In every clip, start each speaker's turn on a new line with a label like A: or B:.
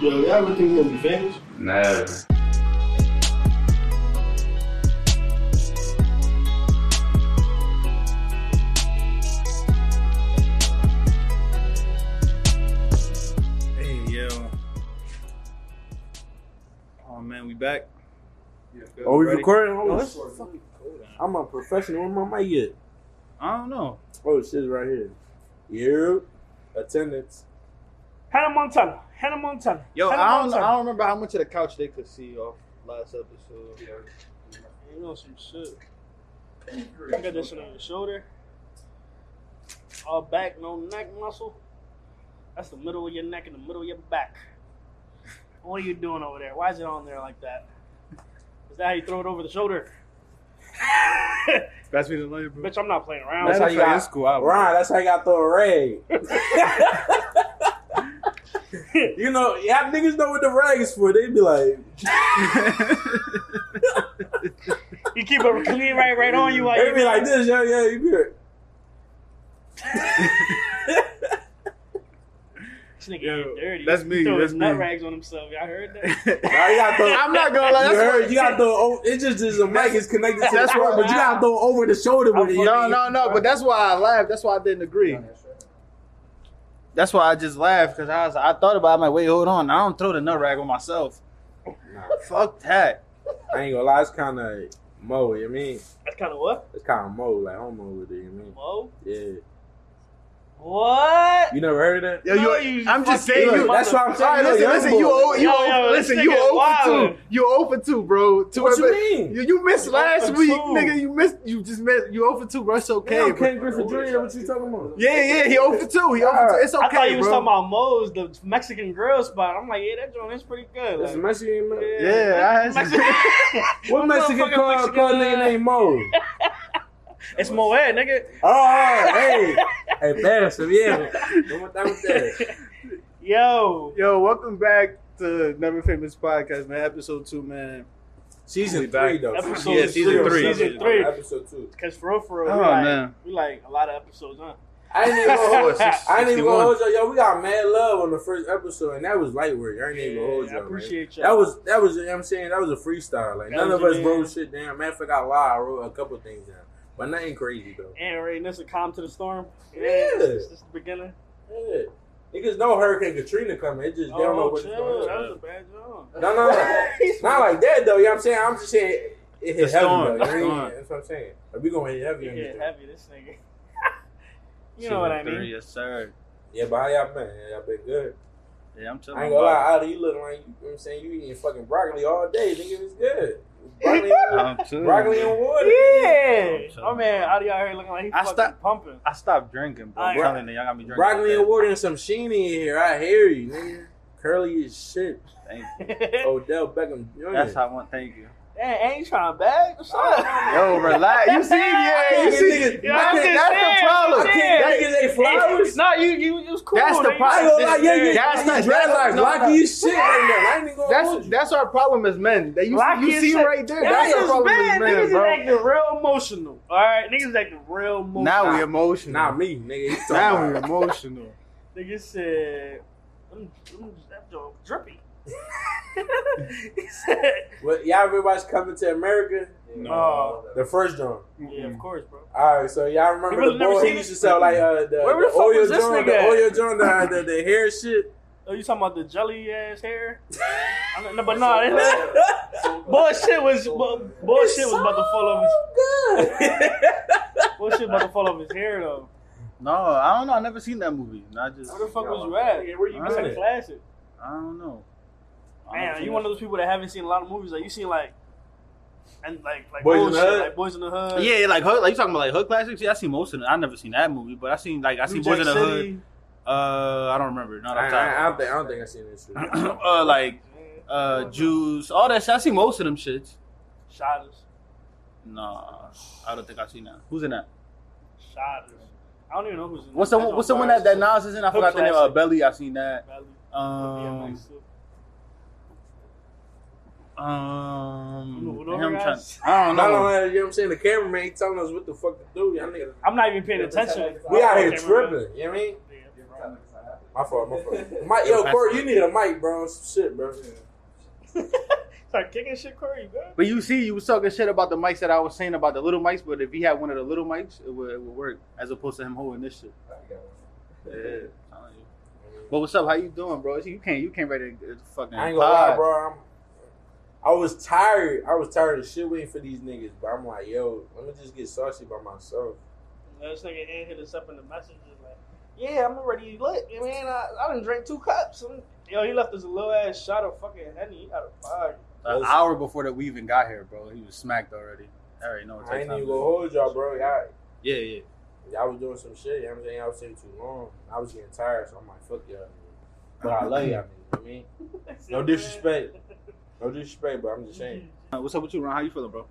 A: Yo, y'all really think we're gonna be famous?
B: No.
C: Hey yo. Oh man, we back.
D: Are we
C: Ready?
D: recording?
A: Oh,
D: Hold on.
A: it's fucking cold out.
D: I'm a professional. Where my mic at?
C: I don't know.
D: Oh, shit's right here. Yep. Attendance.
E: Hannah Montana. Hannah Montana.
C: Yo,
E: Hannah
C: I don't
E: Montana.
C: I don't remember how much of the couch they could see off last episode.
E: You know some shit. I got this shit on your shoulder. All back, no neck muscle. That's the middle of your neck and the middle of your back. What are you doing over there? Why is it on there like that? Is that how you throw it over the shoulder?
C: That's me to love you, bro.
E: Bitch, I'm not playing around.
D: That's how you got-
C: school out.
D: Ron, that's how you got throw a rag. you know, yeah, niggas know what the rag is for. They be like,
E: You keep it clean right right on you while
D: they
E: Oh, you
D: be like this, yeah, yeah, you good.
E: This nigga
C: Yo,
E: get dirty.
C: that's me,
E: He throw
C: that's
E: his nut
C: me.
E: rags on himself. Y'all heard that?
D: Nah, you gotta throw,
C: I'm not gonna lie.
D: you
C: That's
D: heard, you gotta throw, oh, it just is a mic is connected to the
C: That's
D: floor,
C: why-
D: but you gotta throw over the shoulder with it. you
C: no,
D: know?
C: no, no. But that's why I laughed. That's why I didn't agree. That's why I just laughed because I was, I thought about. It. I'm like, wait, hold on. I don't throw the nut rag on myself. Fuck that.
D: I ain't gonna lie, it's kind of mo, you mean?
E: That's kind of what?
D: It's kind of mo, like homo with it, you mean?
E: Whoa.
D: Yeah.
E: What?
D: You never heard of that?
C: Yo,
E: No,
C: you,
E: you
C: I'm just
E: fucking
C: saying.
E: look,
C: You,
E: my-
D: that's what I'm
C: All right,
D: saying.
C: listen, listen. You, o- you,
E: Yo,
C: o-
E: yo, this
C: listen. You
E: nigga
C: over
E: wildin'.
C: two. You over two, bro. Two
D: What you
C: epi-
D: mean?
C: You, you missed
E: You
C: last
E: over
C: week,
E: two.
C: nigga. You missed. You just missed. You over two, bro. It's okay.
D: Damn,
C: bro.
D: Ken Griffin Jr., what you talking about?
C: Yeah, yeah. He over two. He over two. It's okay,
E: I thought you was
C: bro.
E: talking about Moe's, the Mexican grill spot. I'm like, yeah, that joint is pretty good.
D: It's
E: Like,
D: a Mexican man.
C: Yeah, I-
E: Mexican-
D: What Mexican call,
E: Motherfucking
D: call
E: Mexican,
D: nigga
E: uh,
D: named Mo?
E: It's Moe, nigga.
D: Oh, hey. hey, Paris, yeah. Don't want that with that.
E: Yo,
C: Yo, welcome back to Never Famous Podcast, man. Episode two, man.
D: Season
C: We
D: three,
C: back.
D: though.
E: Episode
C: Yeah, season
D: Season
C: three.
E: Season three.
D: Episode two.
E: cause for real, for real,
C: Oh,
E: we, like,
C: man.
E: we like a lot of episodes, huh?
D: I ain't even gonna hold
C: Six-
D: I ain't even
C: 61.
D: gonna hold you. Yo, we got mad love on the first episode, and that was light work. I ain't even gonna hold
E: Yeah,
D: you.
E: I appreciate you.
D: That was that was you know what I'm saying that was a freestyle. Like
E: That
D: none
E: was
D: of us
E: it, man.
D: wrote shit down. Matter of fact, I lied. I wrote a couple things down, but nothing crazy though.
E: and Ray Nissa, calm to the storm.
D: Yeah.
E: it's just the beginning.
D: Yeah. Niggas know Hurricane Katrina coming. It just they don't know
E: Oh,
D: what's
E: chill.
D: going
E: That
D: on.
E: was a bad joint.
D: No, no, no. Not like that though. You know what I'm saying? I'm just saying it hit
C: It's
D: heavy
C: storm,
D: though. You know
C: it's
D: what I mean?
C: storm.
D: That's what I'm saying. Like, we gonna hit heavy
E: Yeah,
D: on this thing.
E: heavy this nigga. you know what I
C: Season three,
E: mean?
C: Yes, sir.
D: Yeah, but how y'all been? Y'all been good.
C: Yeah, I'm
D: I
C: telling
D: ain't
C: you.
D: gonna
C: about
D: lie, Ali, you looking like you, you know what I'm saying you eating fucking broccoli all day, nigga. It's good. Broccoli,
C: it. I'm too.
D: broccoli and water.
E: Yeah.
C: Chill.
E: Oh man, out of y'all here looking like he
C: I
E: fucking
C: stop-
E: pumping.
C: I stopped drinking, bro. I'm
E: All right.
C: telling you, y'all got me drinking.
D: Broccoli
C: like
D: and
C: that.
D: water and some sheeny in here. I hear you, nigga. Curly as shit.
C: Thank
D: Odell Beckham Jr.
C: you. That's how I want. Thank you.
E: Damn, ain't you trying to bag?
D: Oh,
E: What's up?
C: Yo, relax. You see? Yeah, you
D: Niggas,
C: see?
D: niggas,
E: Yeah,
D: I
E: I'm
C: That's,
D: can't-
E: just
C: that's
E: saying,
C: the problem.
E: I'm
D: I can't niggas ain't flowers.
E: No, you you you was cool.
C: That's the
E: nigga.
D: I ain't
C: problem.
D: gonna lie, yeah, yeah.
C: That's not-
D: That's not dreadlocks.
C: that's- no, no.
D: Locky as shit right now. I ain't even gonna hold
C: That's
D: you.
C: that's our problem as men. That you,
E: Lock
C: you
E: your
C: see
E: shit.
C: right there.
E: That's
C: That's our
E: just
C: problem
E: bad.
C: as men,
E: Niggas
C: bro.
E: is acting real emotional. All right, niggas is acting real emotional.
C: Now we emotional.
D: Not me, nigga. You talking
C: now we
D: about-
C: emotional.
E: niggas said, "Them- them- that dog drippy." he said,
D: What, y'all ever watch Coming to America? Uh,
E: No.
D: The first drum.
E: "Yeah, of course, bro."
D: All right, so y'all remember
E: really
D: the
E: never
D: boy
E: seen
D: he used
E: it?
D: to sell like uh, the,
E: Where
D: the
E: the fuck
D: Oreo
E: was this
D: joint, the
E: nigga at?
D: Oreo joint, the, the, the hair shit.
E: Oh, you talking about the jelly ass hair? I don't- no, but no, nah, bullshit was bu- bullshit was about to fall off. His, bullshit about to fall off his hair though.
C: No, I don't know. I never seen that movie. And I just,
E: Where the fuck was you at?
D: Where you
E: That's
D: going?
E: a
D: at?
E: classic.
C: I don't know. I don't
E: Man, you
C: think
E: one of those people that haven't seen a lot of movies. Like you seen like and like like
D: Boys in
E: old
D: the
E: shit,
D: Hood?
E: like Boys in the
C: I-
E: Hood.
C: Yeah, like hood, like you talking about like hood classics. Yeah, I seen most of them. I never seen that movie, but I seen like I
E: New
C: seen Boys in
E: Jack
C: the Hood.
E: City.
C: Uh, I don't remember. Not
D: I,
C: off
D: I, I
C: top.
D: don't think I don't think I seen this. Shit.
C: uh, like uh, Jews, all that. shit. I seen most of them shits.
E: Shotters,
C: Nah, I don't think I seen that. Who's in that?
E: shotters. I don't even know who's in
C: What's the
E: that.
C: What's the one that that Nas is in? I forgot the name. Uh,
E: classic.
C: Belly. I seen that.
E: Valley. Yeah,
C: Um,
E: nice.
C: um,
E: Hold on,
C: damn, I'm trying,
E: guys.
C: I don't
D: No, no,
C: know.
D: no, you know what I'm saying? The cameraman he telling us what the fuck to do. Y'all niggas,
E: I'm not even paying attention.
D: we out here
E: Okay,
D: tripping. You know what I mean?
E: Yeah, bro.
D: My fault, my fault. Mike, yo, Corey, you need a mic, bro. on Some shit, bro.
E: Start kicking shit, Corey. You good?
C: But you see, you was talking shit about the mics that I was saying about the little mics, but if he had one of the little mics, it would, it would work as opposed to him holding this shit. Yeah. But what's up? How you doing, bro? You can't you can't ready to fucking
D: I ain't gonna lie, bro. I'm, I was tired. I was tired of shit waiting for these niggas, but I'm like, yo, let me just get saucy by myself.
E: Now, This nigga Ant hit us up in the messages like, yeah, I'm already lit. I mean, I, I done drank two cups. I'm- yo, he left us a little ass shot of fucking Henny. He out of fire.
C: An hour before that we even got here, bro, he was smacked already. I already know what
D: I
C: type
D: ain't
C: time.
D: even
C: it
D: gonna
C: is.
D: hold y'all, bro. Y'all,
C: Yeah, yeah.
D: y'all was doing some shit. You know what I'm saying? Y'all was taking too long. I was getting tired, so I'm like, fuck y'all. niggas. But I love y'all, niggas, you know what I mean? No disrespect. No disrespect, but I'm just saying.
C: Uh, What's up with you, Ron? How you feeling, bro?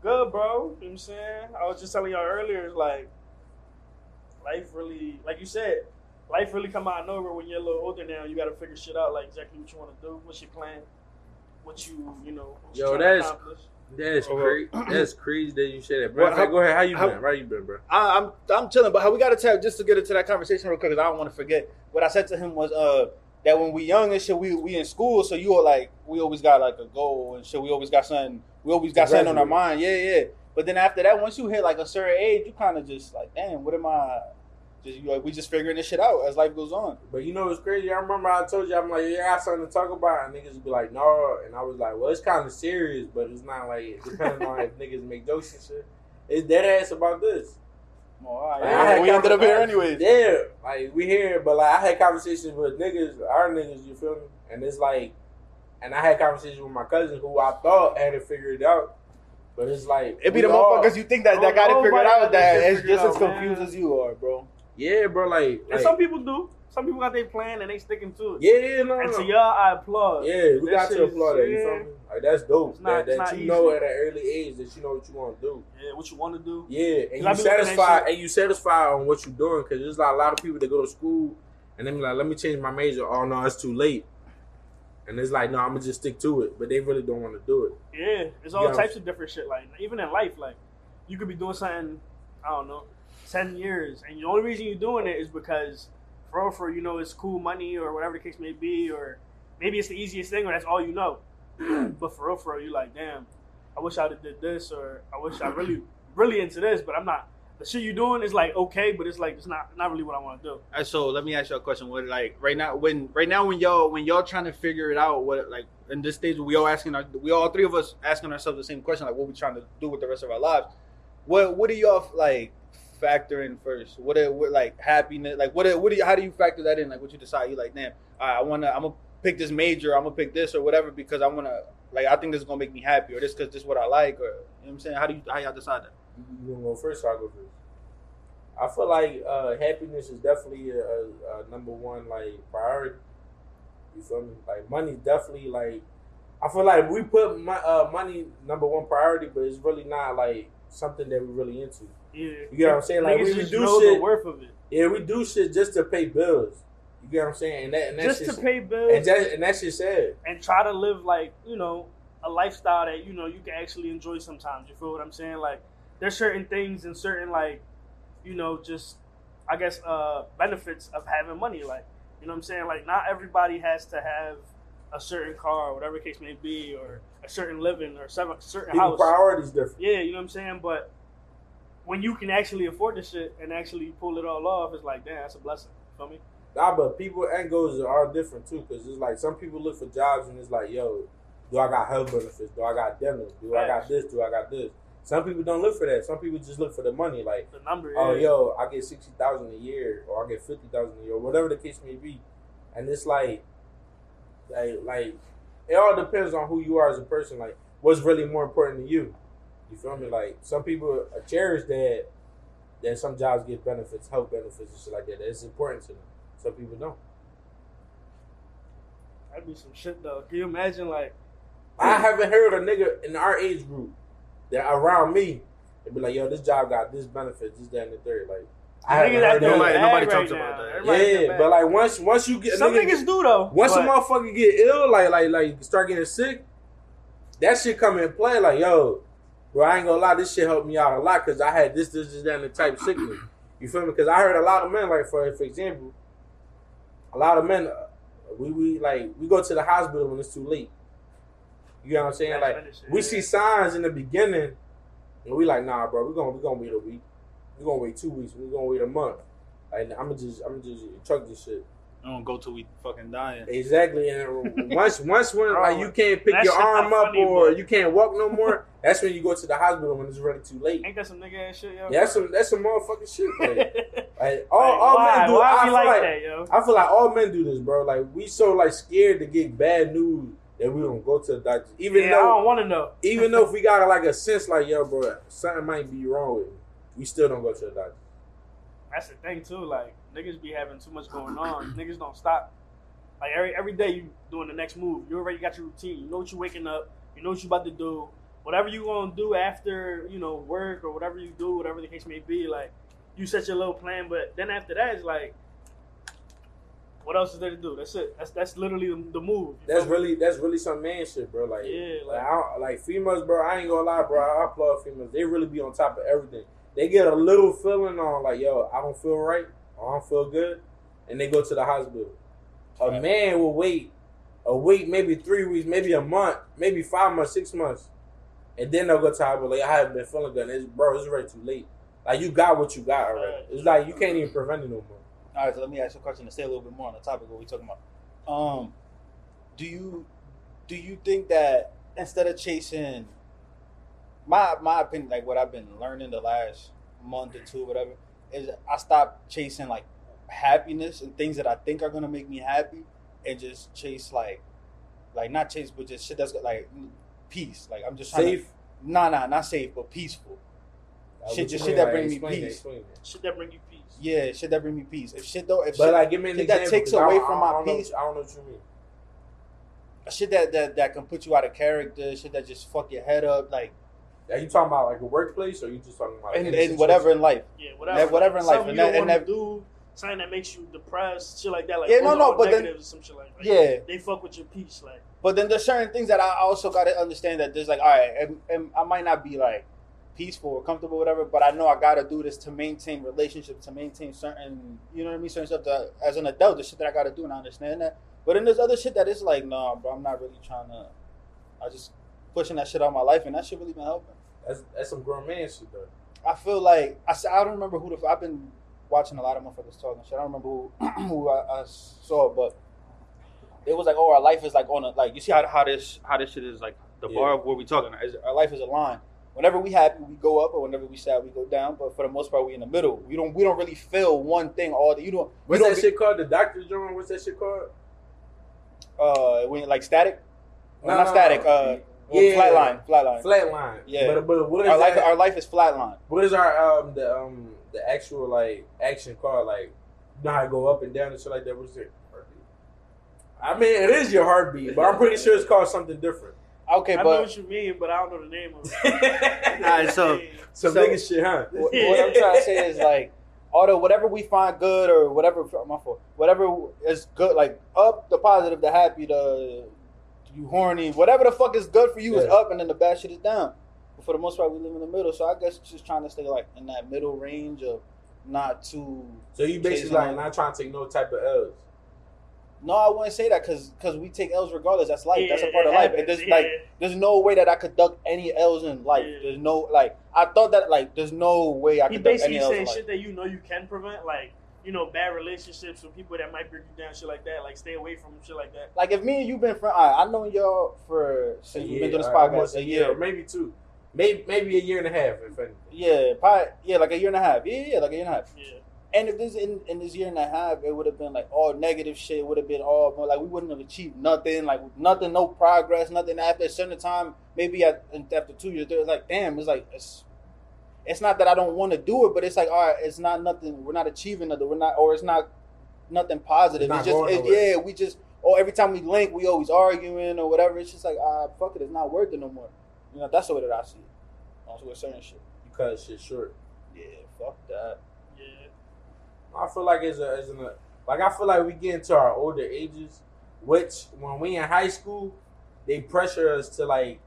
E: Good, bro. You know what I'm saying? I was just telling y'all earlier, it's like, life really, like you said, life really come out of nowhere when you're a little older now. You got to figure shit out, like exactly what you want to do, what's your plan, what you, you know, what you
D: Yo,
E: tryna
D: that's-
E: accomplish.
D: That is
C: Oh, well.
D: crazy. That's crazy that you say that, bro.
C: Well, how-
D: go ahead. How you
C: how-
D: been? How you been, bro?
C: I, I'm I'm chilling, but how we got to tell just to get into that conversation real quick because I don't want to forget what I said to him was uh that when we young and shit we we in school so you are like we always got like a goal and shit we always got something we always got something on our mind yeah yeah but then after that once you hit like a certain age you kind of just like damn what am I just you like we just figuring this shit out as life goes on
D: But you know what's crazy? I remember I told you I'm like, yeah, I got something to talk about, and niggas would be like, no, and I was like, well, it's kind of serious, but it's not like it depends on if niggas make jokes and shit. It's dead ass about this.
C: I'm all right.
D: Like, I had
C: we ended up here
D: conversations-
C: anyways
D: Yeah, like we here, but like I had conversations with niggas, our niggas, you feel me? And it's like, and I had conversations with my cousin who I thought had it figured out, but it's like
C: it be
D: we
C: the
D: all-
C: motherfuckers you think that, that
E: Oh,
C: got it figured
E: nobody
C: out
E: got
C: that
E: this shit
C: it's just
E: figured
C: as
E: out, man.
C: confused as you are bro
D: Yeah, bro. Like,
E: And
D: like-
E: some people do. Some people got their plan and they sticking to it.
D: yeah, yeah, no,
E: And
D: no.
E: to y'all, I applaud.
D: Yeah, we
E: That
D: got
E: shit
D: to
E: is-
D: applaud that. You
E: yeah.
D: feel me? Like that's dope.
E: It's not-
D: that that
E: it's not
D: you know
E: easy.
D: at an early age that you know what you want to do.
E: Yeah, what you want to do.
D: Yeah, and
E: Cause I
D: you
E: be looking at
D: satisfied
E: shit-
D: and you satisfied on what you're doing because there's like a lot of people that go to school and they be like, let me change my major. Oh no, it's too late. And it's like, no, I'm gonna just stick to it, but they really don't want to do it.
E: Yeah, it's all
D: Yeah.
E: types of different shit. Like even in life, like you could be doing something, I don't know, ten years, and the only reason you're doing it is because for real, for you know it's cool money or whatever the case may be, or maybe it's the easiest thing or that's all you know. but for real, for real, you like, damn, I wish I would have did this, or I wish I really, really into this, but I'm not. The shit you're doing is like okay, but it's like it's not not really what I want to do.
C: All right, so let me ask y'all a question. What like right now when right now when y'all when y'all trying to figure it out what like in this stage we all asking our, we all three of us asking ourselves the same question like what we trying to do with the rest of our lives. What what do y'all like factor in first? What are, what like happiness like what are, what do you, how do you factor that in like what you decide you like damn all right, I wanna I'm gonna pick this major I'm gonna pick this or whatever because I wanna like I think this is gonna make me happy or this because this is what I like or you know what I'm saying how do you how y'all decide that?
D: You, you gonna go first? Or I go first. I feel like uh, happiness is definitely a, a, a number one like priority. You feel me? Like money definitely like I feel like we put my, uh, money number one priority, but it's really not like something that we're really into.
E: Yeah,
D: You get what I'm saying? Like
E: Niggas
D: we, we
E: just
D: do
E: know
D: shit.
E: the worth of it,
D: Yeah, we do shit just to pay bills. You get what I'm saying? And that and that's
E: just
D: just
E: to pay bills.
D: and that and that's just sad.
E: and try to live like you know a lifestyle that you know you can actually enjoy sometimes you feel what i'm saying like there's certain things and certain like you know just i guess uh benefits of having money like you know what i'm saying like not everybody has to have a certain car or whatever the case may be or a certain living or seven, certain
D: People
E: house
D: priorities different.
E: yeah you know what i'm saying but when you can actually afford this shit and actually pull it all off it's like damn that's a blessing you feel me
D: Nah, but people and goals are all different too, because it's like some people look for jobs and it's like, yo, do I got health benefits? Do I got dental? Do I got this? Do I got this? Some people don't look for that. Some people just look for the money, like,
E: the number
D: oh,
E: is-
D: yo, I get sixty thousand a year, or I get fifty thousand a year, or whatever the case may be, and it's like, like, like, it all depends on who you are as a person. Like, what's really more important to you? You feel me? Like, some people cherish that. That some jobs get benefits, health benefits, and shit like that. That's important to them. Some people don't.
E: that'd be some shit though can you imagine like
D: I haven't heard a nigga in our age group that around me they be like, yo, this job got this benefit, this, that, and the third. Like, I haven't
E: Niggas out
D: heard
E: there
C: Nobody-
D: nobody.
E: bad
C: nobody
E: right
C: talks
E: now.
C: about that.
E: Everybody out there
D: Yeah,
E: bad.
D: but like once once you get
E: some
D: nigga-
E: niggas do though.
D: once
E: but
D: a motherfucker get ill, like like like start getting sick, that shit come in play. Like yo, bro, I ain't gonna lie, this shit helped me out a lot because I had this, this, this, that, and the type sickness. You feel me? Because I heard a lot of men, like for for example, a lot of men, uh, we we like we go to the hospital when it's too late. You know what I'm saying? Like we see signs in the beginning, and we like, nah, bro, we're gonna we're gonna wait a week, we're gonna wait two weeks, we're gonna wait a month. Like I'm gonna just I'm just chuck this shit.
C: I don't go till we fucking dying.
D: Exactly, and once once when like you can't pick
E: That
D: your
E: shit not
D: arm up
E: funny,
D: or
E: but-
D: you can't walk no more, that's when you go to the hospital when it's really too late.
E: Ain't that some nigga ass shit, yo?
D: Yeah, that's some that's some motherfucking shit. Like,
E: Like,
D: like, all all
E: why?
D: men do.
E: Why
D: I
E: we
D: feel
E: like,
D: like,
E: that, yo?
D: I feel like all men do this, bro. Like we so like scared to get bad news that we don't go to the doctor, even
E: yeah, I
D: though
E: don't want to know.
D: even though if we got like a sense like yo, bro, something might be wrong with me, we still don't go to the doctor.
E: That's the thing too. Like niggas be having too much going on. niggas don't stop. Like every every day you doing the next move. You already got your routine. You know what you waking up. You know what you about to do. Whatever you gonna do after you know work or whatever you do, whatever the case may be. Like you set your little plan, but then after that it's like, what else is there to do? That's it. That's that's literally the, the move. You
D: That's
E: feel me?
D: really that's really some man shit, bro. Like
E: Yeah,
D: Like,
E: like-
D: I don't, like females, bro. I ain't gonna lie, bro. I applaud females. They really be on top of everything. They get a little feeling on like, yo, I don't feel right, or I don't feel good, and they go to the hospital. A
C: Right.
D: man will wait a week, maybe three weeks, maybe a month, maybe five months, six months, and then they'll go to the hospital. Like, I haven't been feeling good, and it's, bro. It's already too late. Like you got what you got already.
E: Right.
D: It's like you can't even prevent it no more.
C: All right, so let me ask you a question to stay a little bit more on the topic of what we're talking about. Um, do you do you think that instead of chasing my my opinion, like what I've been learning the last month or two, whatever, is I stopped chasing like happiness and things that I think are gonna make me happy, and just chase like like not chase, but just shit that's like peace. Like I'm just trying
D: Safe.
C: To, nah, nah, not safe, but peaceful.
D: Like,
C: Shit,
D: what you
C: just
D: mean?
C: shit that
D: Like,
C: bring me
D: explain that,
C: peace.
D: explain that.
E: shit that bring you peace.
C: Yeah, shit that bring me peace. If shit though, if
D: But
C: shit,
D: like, give me an
C: shit that
D: example.
C: takes
D: 'cause I
C: away
D: don't-
C: from
D: I
C: my
D: don't know-
C: peace.
D: I don't know what you mean.
C: shit that, that that can put you out of character, shit that just fuck your head up, like
D: Are you talking about like a workplace, or you just talking about
C: in,
D: any
C: in
D: situation?
C: whatever in life.
E: Yeah,
C: Yeah,
E: whatever.
C: whatever in life,
E: Something
C: and
E: you
C: that-
E: don't
C: and
E: wanna
C: that-
E: do something that makes you depressed, shit like that. Like
C: Yeah, no,
E: those
C: no,
E: are
C: but then-
E: negatives or some shit like that.
C: Yeah,
E: They fuck with your peace, like
C: but then there's certain things that I also got to understand that there's like, all right, and, and I might not be like peaceful or comfortable, whatever, but I know I got to do this to maintain relationships, to maintain certain, you know what I mean, certain stuff. That, as an adult, the shit that I got to do, and I understand that. But then there's other shit that is like, nah, bro, I'm not really trying to. I just pushing that shit out of my life, and that shit really been helping.
D: That's that's some grown man shit though.
C: I feel like I, s- I don't remember who the f- I've been watching a lot of motherfuckers talking shit. I don't remember who who I, I saw, but it was like, oh, our life is like on a like you see how, how this how this shit is like the
D: Yeah.
C: bar of where we talking. Is, our life is a line. Whenever we happy, we go up, or whenever we sad, we go down. But for the most part, we in the middle. We don't we don't really feel one thing all the you don't. We
D: What's
C: don't
D: that shit called? The Doctor John? What's that shit called?
C: be- uh, when like static,
D: No,
C: no, not
D: no,
C: static.
D: no.
C: Uh,
D: Yeah.
C: flatline, flatline.
D: Flatline.
C: Yeah.
D: But but what is
C: our life
D: that-
C: our life is flatline.
D: what is our um the um the actual like action called like you know how it go up and down and shit like that? What's it? I mean, it is your heartbeat, but I'm pretty sure it's called something different.
C: Okay,
E: I know
C: but
E: what you mean, but I don't know the name of it.
D: Alright,
C: so-
D: some
C: So-
D: nigga shit, huh?
C: what, what I'm trying to say is like, although whatever we find good or whatever oh, my fault, whatever is good, like up the positive, the happy, the you horny, whatever the fuck is good for you is
D: Yeah.
C: up, and then the bad shit is down. But for the most part, we live in the middle. So I guess just trying to stay like in that middle range of not too.
D: So you basically
C: Chasing
D: like
C: on-
D: not trying to take no type of L's.
C: No, I wouldn't say that because we take L's regardless. That's life. That's a
E: Yeah,
C: part
E: it
C: of life.
E: happens.
C: And there's
E: Yeah.
C: like there's no way that I could duck any L's in life.
E: Yeah.
C: There's no like I thought that like there's no way I
E: he
C: could duck any
E: basically
C: L's in
E: saying
C: life.
E: shit that you know you can prevent, like you know bad relationships with people that might bring you down, shit like that. Like stay away from shit like that.
C: Like if me and you been friend, I, I know y'all for since we've been doing this
D: alright,
C: podcast
D: almost
C: a year.
D: maybe two, maybe maybe a year and a half, if anything.
C: Yeah, probably, yeah, like a year and a half. Yeah, yeah, yeah, like a year and a half.
E: Yeah,
C: And if this in, in this year and a half, it would have been like all negative shit. Would have been all but, like we wouldn't have achieved nothing. Like nothing, no progress, nothing. After a certain time, maybe at, after two years, it's like damn. It's like it's it's not that I don't want to do it, but it's like all right, it's not nothing. We're not achieving nothing. We're not, or it's not nothing positive.
D: It's
C: It's,
D: not going
C: just it,
D: nowhere.
C: yeah, we just or every time we link, we always arguing or whatever. It's just like ah, fuck it, it's not worth it no more. You know, that's the way that I see it. Also with certain shit.
D: You cut shit short.
C: Yeah, fuck that.
E: yeah.
D: I feel like as a, as an like I feel like we get into our older ages, which when we in high school, they pressure us to like,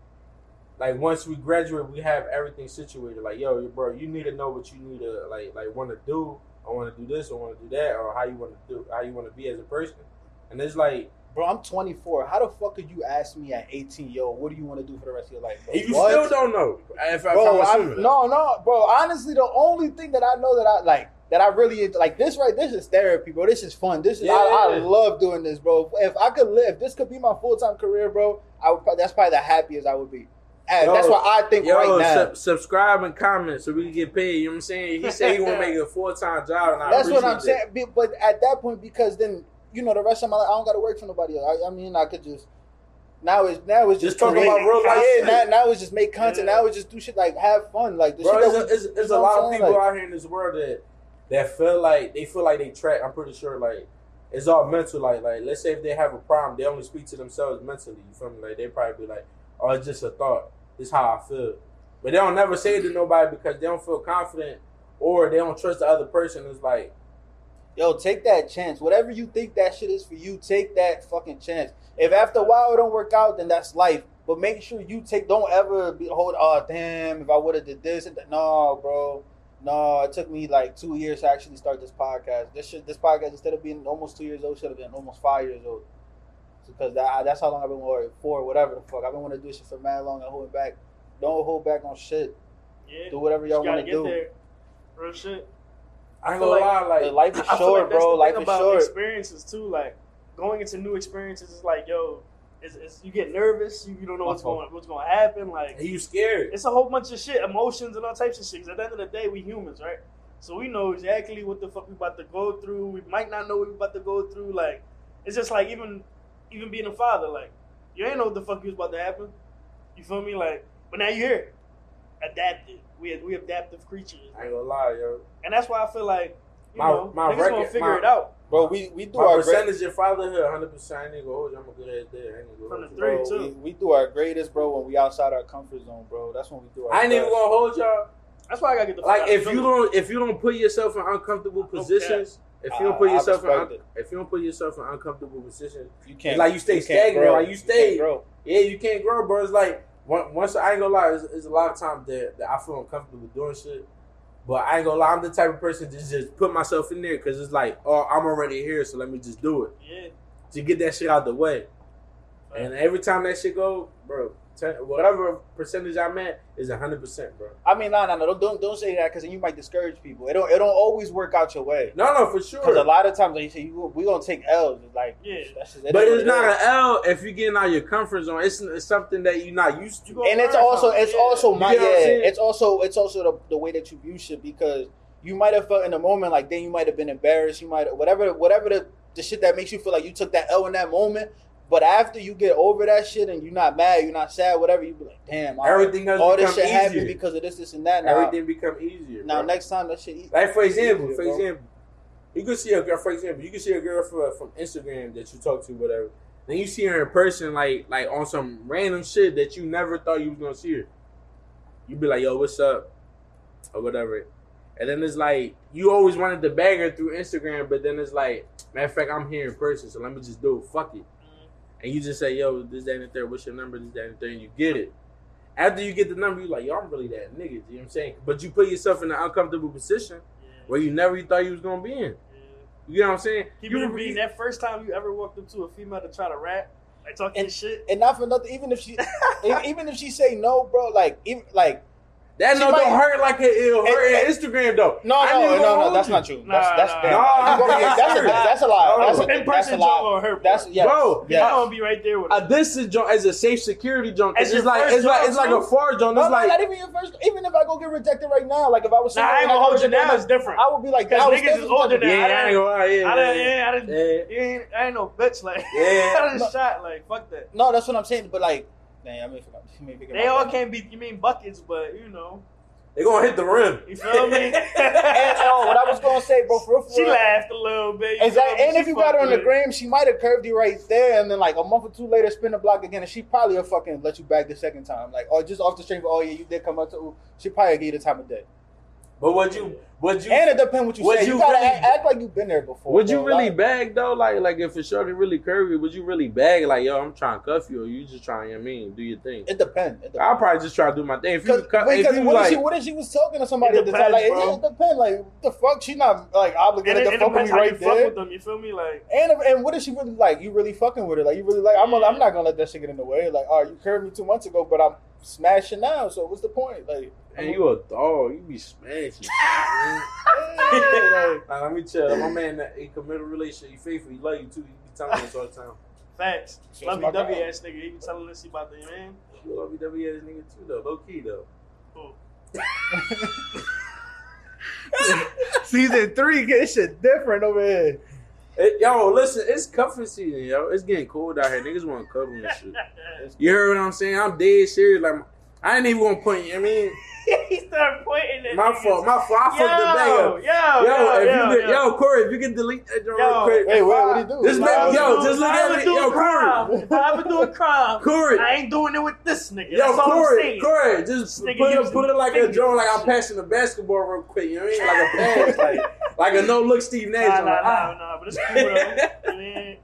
D: like once we graduate, we have everything situated. Like yo, bro, you need to know what you need to like like want to do. I want to do this, I want to do that, or how you want to do, how you want to be as a person. And it's like,
C: Bro, I'm 24. How the fuck could you ask me at 18, yo, what do you want to do for the rest of your life? Bro?
D: you
C: What?
D: still don't know. If, if
C: bro,
D: I'm
C: I,
D: assuming that.
C: no, no, bro. Honestly, the only thing that I know that I like that I really like this right. This is therapy, bro. This is fun. This is I, I
D: Yeah.
C: love doing this, bro. If I could live, if this could be my full time career, bro. I would. prob- That's probably the happiest I would be. And
D: Yo,
C: that's what I think
D: Yo,
C: right now.
D: sub- subscribe and comment so we can get paid. You know what I'm saying? He said he want to make it a full time job, and I
C: That's what
D: appreciate
C: I'm saying. Be- But at that point, because then you know the rest of my life, I don't got to work for nobody else. I, I mean, I could just now it's now it's just
D: Just talking about
C: create.
D: real life
C: Yeah,
D: shit.
C: now, now it's just make content.
E: Yeah.
C: Now it's just do shit like have fun, like the
D: Bro,
C: shit
D: it's,
C: that
D: a,
C: we,
D: it's, it's
C: you
D: a
C: know
D: lot
C: what
D: of
C: I'm
D: people
C: saying?
D: out here in this world that that feel like they feel like they track. I'm pretty sure like it's all mental. Like like let's say if they have a problem, they only speak to themselves mentally. You feel me? Like they probably be like, oh, it's just a thought. This how I feel. But they don't never say it to nobody because they don't feel confident or they don't trust the other person. It's like
C: Yo, take that chance. Whatever you think that shit is for you, take that fucking chance. If after a while it don't work out, then that's life. But make sure you take. Don't ever be hold. Oh damn! If I would have did this, and that." no, bro, no. It took me like two years to actually start this podcast. This shit, this podcast, instead of being almost two years old, should have been almost five years old. Because that, that's how long I've been worried for. Whatever the fuck, I've been wanting to do shit for mad long and holding back. Don't hold back on shit.
E: Yeah,
C: Do whatever y'all
E: just gotta
C: want to
E: get
C: do.
E: there. Real shit.
D: I ain't
E: feel
D: gonna
E: like-
D: lie,
C: The
D: like
C: life is
E: I feel
C: short,
E: like that's
C: bro.
E: the
C: Life
E: thing
C: is
E: about
C: short.
E: Experiences too, like going into new experiences is like, yo, it's, it's, you get nervous, you, you don't know
D: My
E: what's
D: fault.
E: going what's going to happen, like
D: you scared.
E: it's a whole bunch of shit, emotions and all types of shit. 'Cause at the end of the day, we humans, right? So we know exactly what the fuck we about to go through. We might not know what we about to go through. Like, it's just like even, even being a father, like you ain't know what the fuck was about to happen. You feel me? Like, but now you're here, adapted. We we adaptive creatures,
D: I ain't gonna lie, yo.
E: and that's why I feel like you
D: My-
E: know
D: my
E: niggas gonna
D: record-
E: figure
D: my-
E: it out
C: Bro, we we do
D: My
C: our great.
D: percentage of fatherhood, hundred percent. I ain't gonna hold you. I'm a good ass dad. I ain't gonna
E: From
D: hold
E: the
D: you.
E: three,
C: Bro,
E: too.
C: we, we do our greatest, bro, when we outside our comfort zone, bro. That's when we do our
D: I ain't even
C: best.
D: gonna hold y'all.
E: That's why I gotta get the fuck
D: Like
E: out of
D: if
E: the
D: you
E: building.
D: don't if you don't put yourself in uncomfortable
E: don't
D: positions, if you
C: I-
D: don't put
C: I
D: yourself in
C: respect
D: un- if you don't put yourself in uncomfortable positions,
C: You can't
D: like you stay
C: can't
D: stagnant,
C: grow.
D: like you stay-
C: can't grow.
D: yeah, you can't grow, bro. It's like on- once I ain't gonna lie, it's, it's a lot of times that, that I feel uncomfortable doing shit. But I ain't gonna lie, I'm the type of person to just put myself in there because it's like, oh, I'm already here, so let me just do it
E: yeah,
D: to get that shit out the way. And every time that shit go, bro, ten, whatever percentage I'm at is hundred percent, bro.
C: I mean, no, no, no. Don't don't, don't say that because then you might discourage people. It don't it don't always work out your way.
D: No, no, for sure.
C: Because a lot of times they say you, we gonna take L's. It's Like
E: Yeah.
C: that's just,
D: But
C: it is
D: it's
C: what
D: not
C: it
D: an L if you're getting out of your comfort zone. It's, it's something that you're not used
E: You
D: to.
E: gonna
C: is. and it's
E: learn
C: also
E: something,
C: it's
E: yeah.
C: also
D: You
C: my
D: get what I'm
C: yeah.
D: saying?
C: It's also it's also the, the way that you view shit because you might have felt in the moment like then you might have been embarrassed. You might whatever whatever the the shit that makes you feel like you took that L in that moment. But after you get over that shit and you're not mad, you're not sad, whatever, you be like, damn, all right.
D: Everything doesn't
C: all
D: become
C: this shit happened
D: easier.
C: because of this, this, and that. Now,
D: Everything become easier.
C: now
D: bro.
C: next time that shit.
D: like for example,
C: easier,
D: for
C: bro.
D: example, you can see a girl. For example, you can see a girl for, from Instagram that you talk to, whatever. Then you see her in person, like like on some random shit that you never thought you was gonna see her. You be like, yo, what's up, or whatever. And then it's like you always wanted to bag her through Instagram, but then it's like, matter of fact, I'm here in person, so let me just do it. Fuck it. and you just say, "Yo, this, that, and the third. What's your number? This, that, and the third. And you get it. After you get the number, you like, "Yo, I'm really that nigga." You know what I'm saying? But you put yourself in an uncomfortable position
E: yeah,
D: where you never thought you was gonna be in.
E: yeah.
D: You know what I'm saying?
E: Keep
D: you
E: it in being that first time you ever walked up to a female to try to rap, like talking
C: And-
E: shit.
C: And not for nothing. Even if she, e- even if she say no, bro, like, even, like,
D: that
C: She
D: no
C: might-
D: don't hurt like it, it'll hurt
C: It-
D: in Instagram though.
C: no,
D: I ain't
C: no,
D: even
C: no,
D: gonna
C: no,
D: hold
C: that's
D: you.
C: not true.
E: Nah,
C: That's that's
E: nah,
C: bad.
D: nah.
C: You gonna get- that's a that's a lie.
D: No.
C: Oh, That's a,
E: In
C: that's a
E: person
C: lie.
E: or her.
C: That's yeah.
D: Bro,
E: yeah.
C: yeah.
E: I'm gonna be right there with her.
D: A distance joint Uh, is a safe security joint.
E: As
D: It's,
E: your
D: just like
E: first
D: it's like it's
E: joint,
D: like a
E: too.
D: far joint.
C: No, no,
D: It's like
C: not even your first. Even if I go get rejected right now, like if I was
E: nah,
C: single,
E: I ain't
C: and
E: gonna
C: got
E: hold you
C: rejected,
E: down. It's different.
C: I would be like,
E: Cause
C: I was
E: niggas is
C: definitely
E: older
C: rejected.
E: now.
D: yeah, I ain't gonna lie.
E: I done,
D: Yeah,
E: yeah, I done,
D: yeah, yeah.
E: you ain't, I ain't no bitch. Like,
D: Yeah.
E: I done
C: No.
E: shot. Like, fuck that.
C: No, that's what I'm saying. But like, damn, I mean, I mean,
E: They all can't be. You mean buckets, but you know,
D: They gonna hit the rim.
E: you feel me?
C: And, oh, what I was gonna say, bro, for real, for
E: She
C: real,
E: laughed a little bit. you feel
C: Exactly.
E: me?
C: And
E: She
C: if you got her on the
E: fucked with it.
C: gram, she might have curved you right there, and then like a month or two later, spin the block again, and she probably will fucking let you back the second time. Like, oh, just off the strength. of, Oh yeah, you did come up to. Ooh, she probably gave you the time of day.
D: But would you would you
B: And it depends what you
D: Would
B: say. You,
D: you
B: gotta
D: really-
B: act, act like you've been there before.
D: would you
C: Oh,
B: bro.
D: really
B: Like,
D: bag though? Like like if a shorty really curvy, would you really bag like yo? I'm trying to cuff you, or you just trying to I mean do your thing.
B: it depends. It depends.
D: I'll probably just try to do my thing. If you
B: Cause,
D: cut,
B: wait,
D: if
B: 'cause
D: you
B: what, if
D: like,
B: she, what if she was talking to somebody
E: It
B: at the time? Like,
E: depends,
B: it, it depends. Like, the fuck? She not like
E: And
B: obligated
E: it,
B: to
E: it
B: fuck with
E: depends
B: me
E: how you
B: right
E: fuck
B: there.
E: with them. You feel me? Like
B: And and what if she really like? You really fucking with her? Like, you really like? I'm gonna- I'm not gonna let that shit get in the way. Like, oh, you curved me two months ago, but I'm smashing now. So what's the point? Like,
D: and you a dog, you be smashing.
B: hey, like,
D: Nah, let me tell you, my man, that he commit a relationship, he faithful, he love you too. He be telling us all the time.
E: facts.
B: She's my
E: Lovey dovey
B: girl.
E: ass nigga. He be telling us he about the man.
D: You love WWE ass E nigga too, though. Low key though.
B: season three, get shit different over here.
D: Hey, Eh, yo, listen, it's cuffing season, yo. It's getting cold out here. Niggas want to cuddle and shit. You heard what I'm saying? I'm dead serious. Like, I ain't even gonna point. You, I mean,
E: he started pointing at
D: my
E: niggas.
D: fault. My fault. I fucked the bag
E: Yo,
D: up.
E: yo,
D: Yo,
E: yo,
D: if
E: yo,
D: you could,
E: yo.
D: yo, Corey, if you could delete that joint
E: Yo.
D: real quick.
B: Wait, wait, what he do?
D: This
E: If
D: man-
E: I ever
D: yo,
E: do-
D: just look
E: if I
D: at
E: ever
D: it.
E: do
D: Yo,
E: a crime,
D: Corey.
E: If I ever do a crime,
D: Corey.
E: I ain't doing it with this nigga.
D: Yo,
E: That's all I'm
D: Corey,
E: saying.
D: Corey, just
E: This nigga
D: put
E: using
D: it, put it like a
E: fingers.
D: drone, like I'm passing the basketball real quick. You know what I mean? Like a pass, like, like a no look Steve Nash.
E: Nah,
D: I'm
E: nah,
D: like,
E: nah,
D: ah.
E: nah, but it's cool, though. I mean,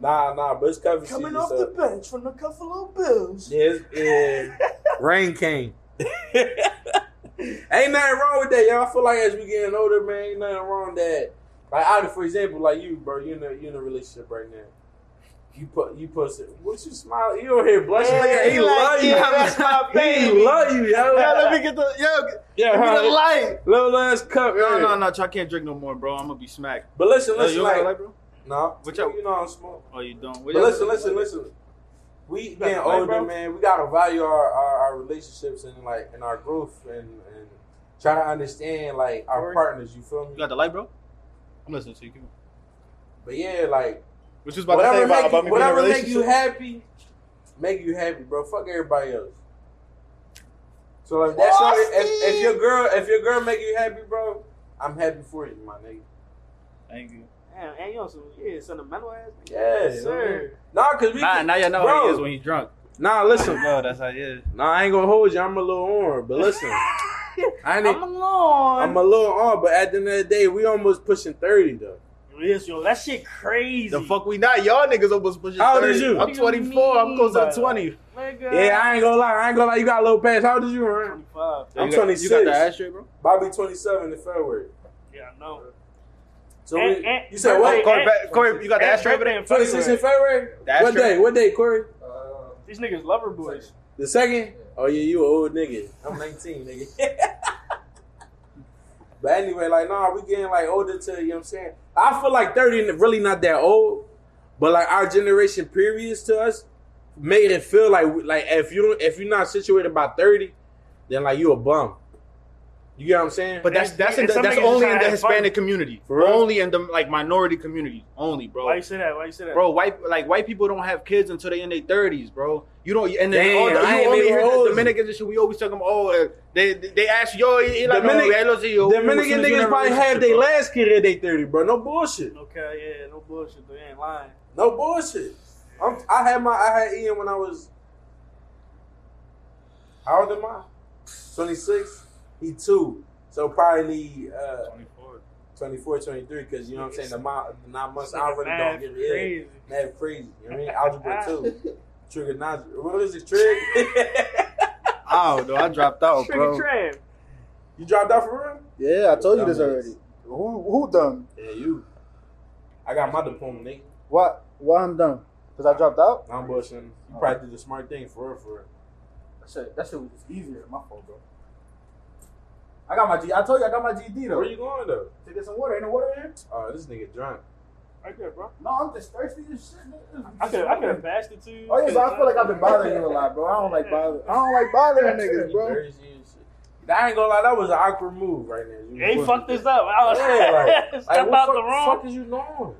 D: Nah, nah, but it's cover
E: Coming
D: season,
E: off
D: so-
E: the bench from the Buffalo Bills.
D: Yeah, it's, yeah. Rain came. ain't nothing wrong with that, y'all. I feel like as we getting older, man, ain't nothing wrong with that. Like, I, for example, like you, bro, you in a you in a relationship right now. You put you put what you smile? You don't hear blushing?
B: Yeah,
D: nigga, he
B: like,
D: love you.
B: yeah, that's my
D: He
B: baby.
D: love you, yo.
B: Yeah, let me get the yo,
D: yeah,
B: give me the
D: huh?
B: light.
D: little ass cup.
C: No,
D: yeah.
C: no, no, I can't drink no more, bro. I'm gonna be smacked.
D: But listen,
C: Yo,
D: listen,
C: you
D: like,
C: like, bro?
D: no,
C: What y'all-
D: you know I'm smoking.
C: Oh, you don't.
D: But listen, listen, listen. We
C: got
D: getting
C: the light,
D: older,
C: bro?
D: man. We gotta value our, our, our relationships and like and our growth and, and try to understand like our
C: Word.
D: partners. You feel
C: You
D: me?
C: got the light, bro? I'm listening to you. Keep-
D: But yeah, like
C: What you was about to
D: whatever
C: say about,
D: make
C: about me
D: you,
C: being in a
D: whatever make you
C: relationship?
D: happy, make you happy, bro. Fuck everybody else. So like that's all, if, if your girl if your girl make you happy, bro, I'm happy for you, my nigga.
C: Thank you.
E: Damn, and you on some yeah, sentimental ass. nigga.
D: Yeah,
E: Yes, sir.
D: Nah, cause we
C: Nah,
D: can-
C: now you know how
D: bro.
C: he is when he's drunk.
D: nah. Listen,
C: bro, that's how he is.
D: nah. I ain't gonna hold you. I'm a little on, but listen, I ain't.
E: I'm alone.
D: I'm a little on, but at the end of the day, we almost pushing thirty though.
E: Yes, yo, that shit crazy.
C: The fuck we not? Y'all niggas almost pushing.
D: How old
C: 30.
D: is you?
E: What
C: I'm
E: do you
C: 24. I'm
E: mean
C: close
E: by
C: to
E: that?
C: 20.
E: Nigga.
D: Yeah, I ain't gonna lie. I ain't gonna lie. You got a little pass. How old did you run?
E: 25.
D: I'm
C: You got- You
D: 26.
C: got the ass straight, bro?
D: Bobby twenty seven in February.
E: Yeah, I know.
D: So
E: And-
D: we-
E: and-
D: you said
E: Hey,
C: Corey,
D: what?
E: hey.
C: back- Corey, you got the ass straight, bro?
E: Birthday in
D: Twenty six in
E: February.
D: February.
C: The ass
D: What
C: straight?
D: day? What day, Corey?
E: These niggas lover boys.
D: The second? Oh yeah, you an old nigga. I'm nineteen, nigga. but anyway, like nah, we getting like older to you know what I'm saying. I feel like thirty n- really not that old, but like our generation previous to us made it feel like like if you don't if you're not situated by thirty, then like you a bum. You get what I'm saying?
C: But that's that's in
E: And
C: the,
E: some
C: that's
E: niggas
C: only in
E: tryna
C: the
E: have fun.
C: Hispanic community.
D: For real?
C: Only in the like minority community. Only, bro.
E: Why you say that? Why you say that?
C: Bro, white like white people don't have kids until they in their thirties, bro. You don't, and then
D: Damn,
C: all the,
D: I
C: you
D: ain't
C: only
D: even
C: hear
D: old.
C: the Dominicans and shit. We always talk them. Oh, uh, they they ask yo, he like
D: Dominic-
C: oh, Dominican,
D: Dominican niggas probably had their last kid at they thirty, bro. No bullshit.
E: Okay, yeah, no bullshit. They ain't lying.
D: No bullshit. I'm, I had my I had Ian when I was how old am I? Twenty six. He two. So probably uh, 24, 23, because you know what I'm saying. The, amount, the nine months I really don't give a
E: crazy.
D: That crazy. You know what I mean? Algebra two. Trigonometry. What is it? Trig.
C: Oh, no, I dropped out,
E: Trigger
C: bro.
E: trap.
D: you dropped out for
B: Yeah, I told you this
D: Dumbass.
B: already. Who who done?
D: real? Yeah, you. I got my diploma, nigga.
B: What? Why I'm done? Cause I dropped out.
D: I'm bushing. You probably did the smart thing for real, for real.
B: That shit, that shit was just easier. My fault, bro. I got my G. I told you I got my GD
D: Where you going though?
B: To get some water. Ain't no water in here?
D: Oh, this nigga drunk.
E: Right there, bro.
B: No, I'm just thirsty as shit. nigga.
E: I could, I could have passed it to you.
B: Oh yeah, but I feel like I've been bothering you a lot, bro. I don't like bothering. I don't like bothering niggas, bro.
D: Jersey and shit. I ain't gonna lie, that was an awkward move right there. You
E: They
D: was-
E: fucked this up. I was
D: Yeah,
E: step
D: what fuck,
E: out the room.
D: fuck is you doing?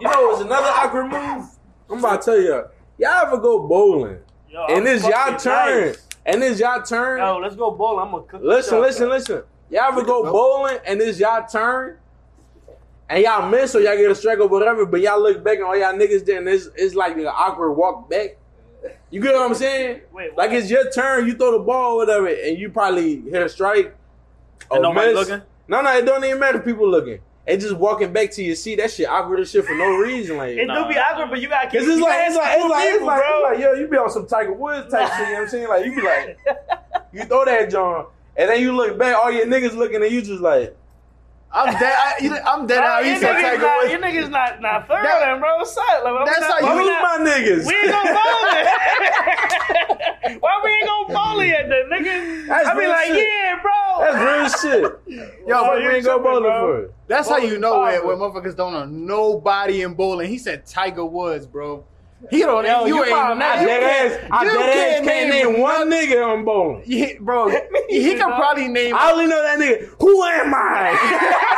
D: You know, it was another awkward move. I'm about to tell you, y'all ever go bowling
E: Yo,
D: and
E: I'm
D: it's y'all
E: Oh, fucking
D: turn,
E: nice.
D: and it's y'all turn.
E: Yo, let's go bowl. I'm gonna cook.
D: listen,
E: this
D: listen,
E: up.
D: listen. Y'all ever go bowling and it's y'all turn, and y'all miss or y'all get a strike or whatever, but y'all look back and all y'all niggas did, and it's it's like an awkward walk back. You get what I'm saying?
E: Wait, what?
D: Like it's your turn, you throw the ball, whatever, and you probably hit a strike, Oh,
C: and nobody
D: miss?
C: looking.
D: No, no, it don't even matter. People looking. It just walking back to your seat. That shit awkward as shit for no reason. Like,
E: It do be awkward, but you gotta keep
D: Cause it's
E: you
D: like
E: gotta
D: it's like it's
E: keep
D: like it's
E: people,
D: like,
E: bro.
D: it's like yo, you be on some Tiger Woods type shit. You know what I'm saying? Like you be like, you throw that John, and then you look back, all your niggas looking, and you just like,
C: I'm dead. I, you know, I'm dead.
E: Nah,
C: out.
E: you
C: He said
E: niggas
C: Tiger
E: not,
C: Woods.
E: you niggas not not thorough,
C: That-
E: then, bro. What's up? Like, why we
C: that's
E: not,
C: how
E: why
C: you
E: we
D: use
E: not,
D: my niggas.
E: We ain't gonna bowl it. Why we ain't gonna bowl it yet, then, nigga?
D: That's
E: I be
D: real
E: like,
D: shit.
E: yeah, bro.
D: That's real shit.
C: Yo,
E: Oh,
C: but
E: you
D: we ain't go
E: tripping,
D: bowling
E: bro.
D: for it.
C: That's how you know
E: Bowling
C: where, where motherfuckers don't know nobody in bowling. He said Tiger Woods, bro. He don't.
E: Yo,
C: you,
E: you
C: ain't
E: probably
C: not.
E: not.
D: I
C: You
D: dead
C: can't-
D: ass, I
C: you
D: dead ass
C: can't
D: can't name one nigga on bowling.
C: Yeah, bro, he can probably name.
D: I only know that nigga. Who am I?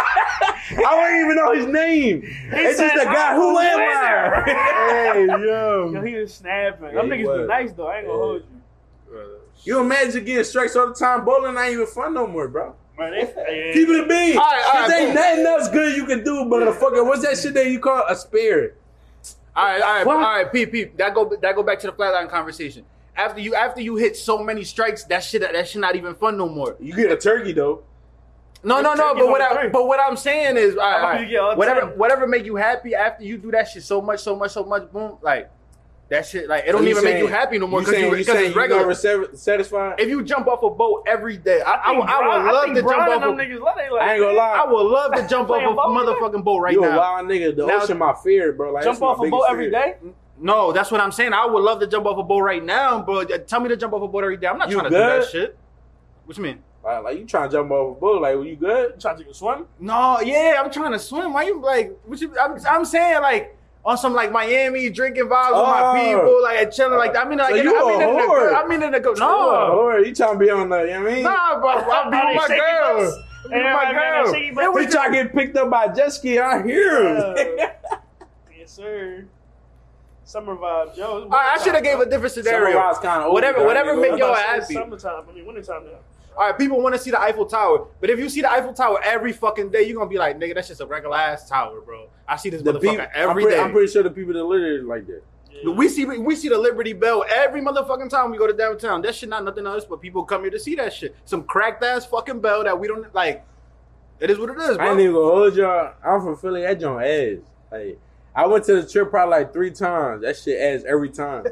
D: I don't even know his name. it's just
E: said,
D: a guy.
E: "I'm
D: Who
E: a
D: am I? hey
E: winner."
D: yo.
E: Yo, he was snapping.
D: Yeah,
E: Them
D: he
E: niggas
D: was.
E: was nice though. I ain't gonna
D: Yeah.
E: hold you.
D: You imagine getting strikes all the time. Bowling ain't even fun no more, bro.
E: Man, they,
D: Keep it a bean.
C: All right, all
D: Cause
C: right,
D: ain't
C: boom.
D: nothing else good you can do but a fucking what's that shit that you call a spirit?
C: All right, all right,
D: What?
C: all right, peep, peep. That go that go back to the flatline conversation. After you after you hit so many strikes, that shit that shit not even fun no more.
D: You get a turkey though.
C: No, no, no.
E: Turkey's
C: But what
E: on the
C: I,
E: three.
C: but what I'm saying is, all right,
E: How
C: all
E: about you get all
C: right, whatever
E: ten?
C: whatever make you happy after you do that shit so much, so much, so much, boom, like that shit, like it don't
D: So you
C: even make
D: saying-
C: you happy no more
D: you
C: because
D: saying,
C: you,
D: you
C: because
D: saying
C: it's
D: you
C: regular.
D: never sa- satisfied?
C: if you jump off a boat every day, I, I, would- I would love to jump
E: Brian
C: off.
E: and them
C: A,
E: niggas love they like.
D: I ain't gonna lie.
C: I would love to jump off
E: Playing
C: a
E: ball,
C: motherfucking boat right
D: you a
C: now.
D: wild nigga. The
C: Now-
D: ocean my fear, bro. Like
E: Jump
D: that's my
E: off a
D: biggest
E: boat
D: fear.
E: every day.
C: No, that's what I'm saying. I would love to jump off a boat right now, but uh, tell me to jump off a boat every day. I'm not
D: You
C: trying to do
D: good?
C: that shit. What you mean?
D: Like, like you trying to jump off a boat? Like well, you good?
E: Trying to go swim.
C: No, yeah, I'm trying to swim. Why you like? What you? I'm, I'm saying like on some like Miami drinking vibes with my
D: Oh.
C: people, like chilling. Like I mean, like
D: So
C: I mean,
D: you
C: I
D: a
C: mean, in the
D: whore.
C: good- I mean, in the good. No,
D: or you trying to be on the? You know what I mean?
C: nah, bro. I
E: All
C: be
E: they
C: with my
E: shaky
C: girl.
E: butts.
C: I be with
E: And
C: my
E: everybody got
C: girl.
E: their shaky
C: It
E: butts.
D: We
C: was
D: trying to get picked up by a jet ski. I hear him.
E: Yes, sir. Summer vibes, yo.
C: All right, I should have gave a different scenario.
D: kind of
C: Whatever- whatever make
E: I'm
C: yo
E: about to
C: happy.
E: say Summertime. I mean, wintertime now.
C: All right, people want to see the Eiffel Tower, but if you see the Eiffel Tower every fucking day, you're gonna be like, nigga, that's just a regular ass tower, bro. I see this
D: The
C: motherfucker
D: people, I'm,
C: every
D: pretty,
C: day.
D: I'm pretty sure the people that literally like that.
E: Yeah.
C: We see we see the Liberty Bell every motherfucking time we go to downtown. That shit not nothing else, but people come here to see that shit. Some cracked ass fucking bell that we don't like. It is what it is,
D: I
C: bro.
D: ain't even gonna hold y'all. I'm from Philly. That joint ass. Like, I went to the trip probably like three times. That shit ass every time.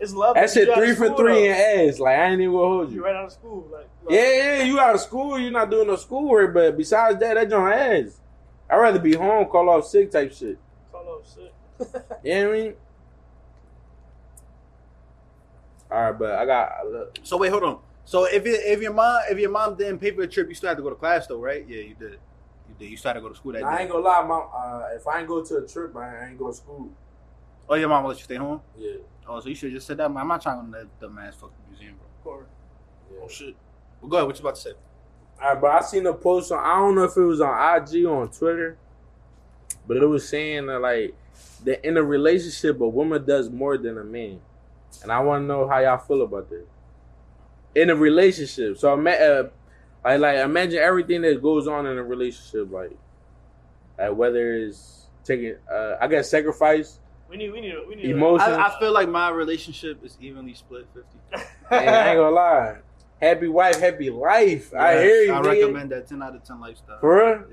E: it's love.
D: That shit
E: You out of
D: three for
E: school,
D: three
E: though.
D: and ass. Like, I ain't even gonna hold
E: You
D: you.
E: right out of school, like. like
D: Yeah, yeah, you out of school. You're not doing no schoolwork. But besides that, that joint ass. I'd rather be home, call off sick type shit.
E: Call off sick.
D: You know what I mean? All right, but I got. Look,
C: So wait, hold on. So if it, if your mom if your mom didn't pay for the trip, you still had to go to class though, right? Yeah, you did. You did. You still had to go to school that
D: I
C: day.
D: ain't gonna lie, mom. Uh, if I ain't go to a trip, I ain't go to school.
C: Oh, your mom let you stay home.
D: Yeah.
C: Oh, so you should just said that. I'm not trying to let the man's fucking museum, bro.
E: Corey.
D: yeah.
C: Oh shit. Well, go ahead. What you about to say?
D: All right, but I seen a post on I don't know if it was on IG or on Twitter, but it was saying that like that in a relationship a woman does more than a man, and I want to know how y'all feel about that. In a relationship, so I met uh, I like imagine everything that goes on in a relationship, like, like whether it's taking uh, I guess sacrifice,
E: We need. We need. We need.
D: emotions.
C: I, I feel like my relationship is evenly split 50.
D: and I ain't gonna lie, happy wife, happy life. I hear you.
C: I
D: nigga.
C: recommend that 10 out of 10 lifestyle.
D: for real.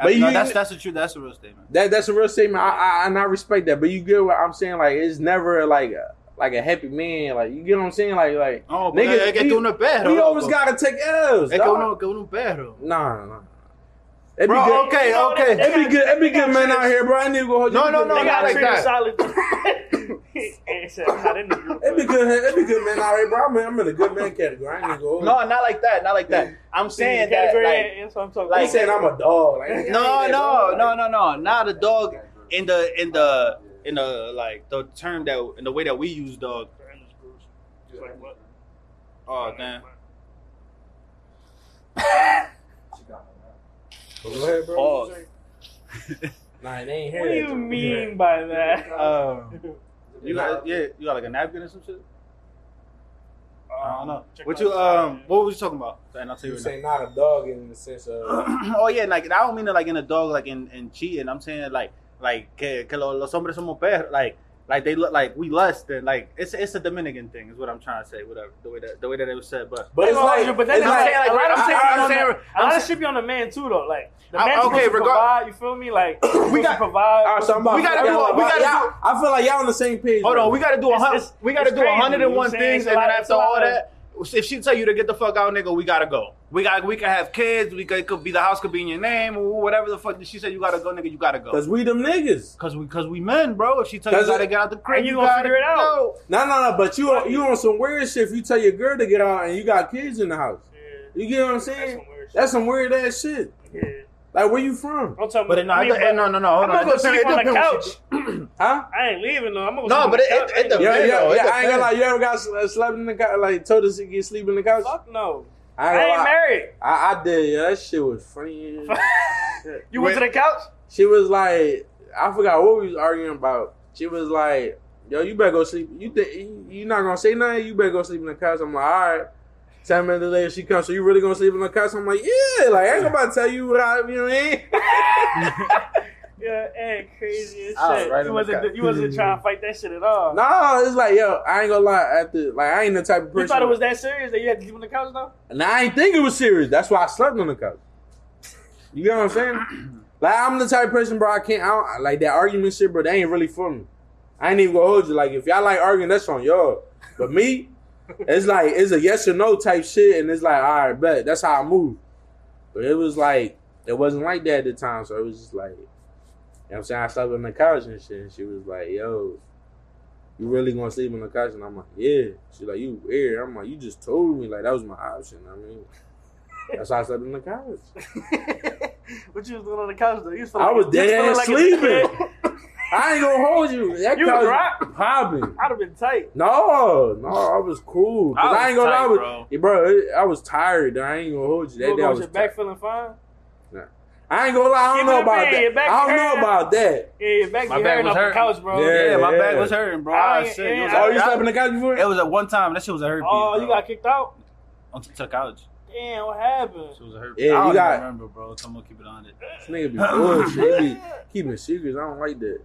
C: But
D: But you-
C: that's that's a true that's a real statement.
D: That that's a real statement. I, I and I respect that, but you get what I'm saying. Like it's never like a, like a happy man. Like you get what I'm saying. Like like
C: Oh,
D: Niggas,
C: nigga, que
D: we-
C: tú no esperas.
D: we always gotta take L's.
C: Es que
D: dog.
C: uno, que uno espero.
D: Nah, nah. It'd be
C: Bro,
D: good.
C: okay,
E: No,
C: okay.
E: they-
D: It'd be good. It'd be
E: they got
D: good, man,
E: tricks.
D: out here, bro. I need to go hold
C: No,
D: you.
C: no, no,
E: They
C: not
E: got
C: like
E: treated
C: that.
E: solid. Hey, so not in the group,
D: It'd be
E: but-
D: good. It'd be good, man, out here, bro. I'm in, I'm in a good man category. I need to go. hold you.
C: No, not like that, not like that. I'm saying that
E: Category,
C: like,
E: that's what I'm talking
D: He
C: like-
E: about.
D: saying I'm a dog. Like, I ain't
C: no,
D: that dog,
C: no,
D: like-
C: no, no, no. Not a dog in the in the in the like the term that in the way that we use dog.
E: They're in this group. It's like, what?
C: Oh damn.
D: Go ahead, bro.
C: Pause.
D: Nah, they ain't here.
E: What do you mean by that?
C: Um, you got yeah, you got like a napkin or some shit? I don't know.
E: Check
C: What
E: my-
C: you um what were you talking about? And I'll tell you
D: You
C: right now.
D: say not a dog in the sense of.
C: oh yeah, like I don't mean it like in a dog, like in, in cheating. I'm saying like like que, que lo- los hombres somos perros. Like like they look like we lust and like it's it's a Dominican thing is what I'm trying to say. Whatever the way that the way that it was said, but
D: But it's like,
E: but that's
D: it's
E: what I'm saying. Like, a lot of
D: I-
E: shit,
D: I-
E: I'm
D: I'm
E: saying,
D: not-
E: a lot
D: I'm
E: of shit be on the man too, though. Like the
C: I-
E: man
C: okay,
E: okay,
C: regard-
E: provide. You feel me? Like we got provide.
D: All right, so I'm about
C: We gotta do a- we gotta
D: y'all, I feel like y'all on the same page.
C: Hold on, we gotta do a
E: It's-
C: hundred.
E: it's-
C: We gotta
E: it's
C: do a
E: crazy,
C: hundred and
E: you know what
C: one
E: I'm saying?
C: things,
E: It's
C: and
E: a
C: then
E: lot- it's
C: after
E: a lot
C: all
E: of-
C: that, if she tell you to get the fuck out, nigga, we gotta go. We got we can have kids. We could, it could be the house could be in your name or whatever the fuck. She said you gotta go, nigga. You gotta go.
D: because we them niggas.
C: Cause we, cause we men, bro. If she tell you, you
D: Does it-
C: gotta get out the crib,
E: And you gonna
C: gotta
E: figure it out.
C: go.
D: No, no, no. But you on- you on some weird shit. If you tell your girl to get out and you got kids in the house,
E: Yeah,
D: you get what I'm
E: that's
D: saying?
E: some weird shit.
D: That's some weird ass shit.
E: Yeah.
D: Like where you from?
E: Don't tell me.
C: But it, no,
E: I
C: I
E: mean,
C: don't- no, no, no. Hold
E: I'm
C: on.
E: not
C: It
E: gonna
C: depends-
E: sleep on
C: it
E: the
C: depends
E: couch.
C: what she-
D: Huh?
E: I ain't leaving though. I'm
C: No,
E: gonna sleep
C: but
E: on
C: it-
E: the couch.
C: it-
E: I ain't
C: it
E: doing
C: Yeah,
D: Yeah, yeah,
C: no,
D: yeah.
C: it
D: I ain't
C: depends.
D: gonna lie. You ever got sl- uh, slept in the couch? Like told us to get sleep in the couch?
E: Fuck no.
D: I
E: I
D: ain't,
E: ain't
D: gonna lie.
E: married.
D: I, I did. Yeah, that shit was funny. as shit.
E: You went to the couch?
D: she was like, I forgot what we was arguing about. She was like, Yo, you better go sleep. You think you- you not gonna say nothing? You better go sleep in the couch. I'm like, all right. Ten minutes later, she comes. So you really gonna sleep in the couch? I'm like, yeah. Like I ain't about to tell you what I, you know what I mean?
E: Yeah, and crazy as
C: I was
E: shit.
C: right on
E: you
C: the
E: wasn't
C: couch.
E: you wasn't trying to fight that shit at all.
D: no, it's like, yo, I ain't gonna lie. After, like, I ain't the type of person.
E: you thought it was that serious that you had to sleep on the couch though?
D: And I ain't think it was serious. That's why I slept on the couch. You know what I'm saying? Like I'm the type of person, bro. I can't. I don't, like that argument shit, bro. That ain't really for me. I ain't even gonna hold you. Like if y'all like arguing, that's on y'all. But me, it's like it's a yes or no type shit, and it's like all right, bet. That's how I move. But it was like it wasn't like that at the time, so it was just like, you know what I'm saying? I slept on the couch and shit, and she was like, yo. You really gonna sleep on the couch? And I'm like, yeah. She's like, you weird. I'm like, you just told me like that was my option. I mean, that's why I slept on the couch.
E: what you was doing on the couch though? You was
D: I was dead ass
E: sleeping.
D: I ain't gonna hold you. That
E: You
D: couch
E: was rock.
D: popping.
E: I'd have been tight.
D: No, no, I was cool. 'Cause
C: I
D: I,
C: was
D: ain't gonna
C: tight,
D: lie, with,
C: bro.
D: Yeah, bro. it- I was tired. I ain't gonna hold you.
E: You
D: That
E: was
D: day I
E: going
D: was
E: your back
D: tired.
E: feeling fine?
D: I ain't gonna lie. I don't
E: Give me
D: know
E: the
D: about
E: bag, your
D: that.
E: back
D: I don't
E: hurt.
D: know about that.
E: Yeah, your back
C: My
E: be
C: back
E: hurting
C: was
E: off the
C: hurting.
E: couch, bro.
C: Yeah, my
D: Yeah.
C: back was hurting, bro.
E: I
C: I
E: ain't-
C: said, it was
E: yeah,
D: Oh,
C: a-
D: you
E: I-
D: slept on the couch before?
C: It was at one time. That shit was a herpes.
E: Oh, you
C: bro.
E: got kicked out?
C: on to the couch.
E: Damn, what happened?
C: It was a herpes.
D: Yeah,
C: I
D: you
C: don't
D: got-
C: even remember, bro. So I'm gonna keep it on it.
D: This nigga be bullshit. He be keeping secrets. I don't like that.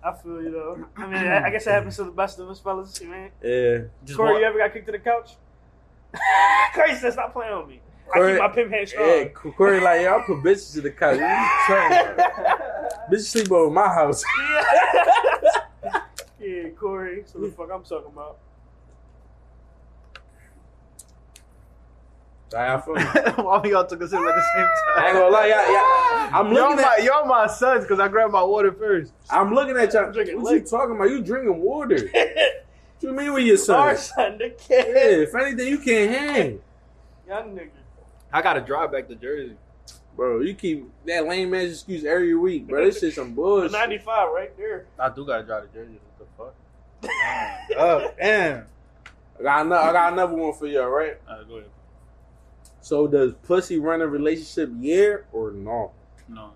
E: I feel you though. I mean, I, I guess it happens to the best of us, fellas. You mean,
D: Yeah.
C: Just
E: Corey,
C: one-
E: you ever got kicked to the couch? Corey said, "Stop playing with me." I
D: Corey-
E: keep my pimp hand strong.
D: Yeah, Corey like, yo, I put bitches to the couch. What you talking about? Bitches sleep over my house.
E: yeah. yeah, Corey. So the fuck I'm talking about?
D: Like, I feel-
C: Why we all took a sip at the same time?
D: I ain't gonna lie, y'all- y'all- I'm
C: y'all
D: looking
C: my,
D: at-
C: y'all my sons because I grabbed my water first.
D: I'm looking at y'all.
E: Drinking
D: what you
E: liquor.
D: talking about? You drinking water? What you mean with your son?
E: Our son, the
D: Yeah,
E: kid,
D: if anything, you can't hang,
E: young nigga.
C: I gotta drive back to Jersey.
D: bro. You keep that lame ass excuse every week, bro. This shit some bullshit.
E: Ninety-five, right there.
C: I do gotta drive to Jersey. What the fuck?
D: Oh,
C: damn.
D: I got, ano- I got another one for y'all, right?
C: All right, go ahead.
D: So does pussy run a relationship, yeah or no?
C: No.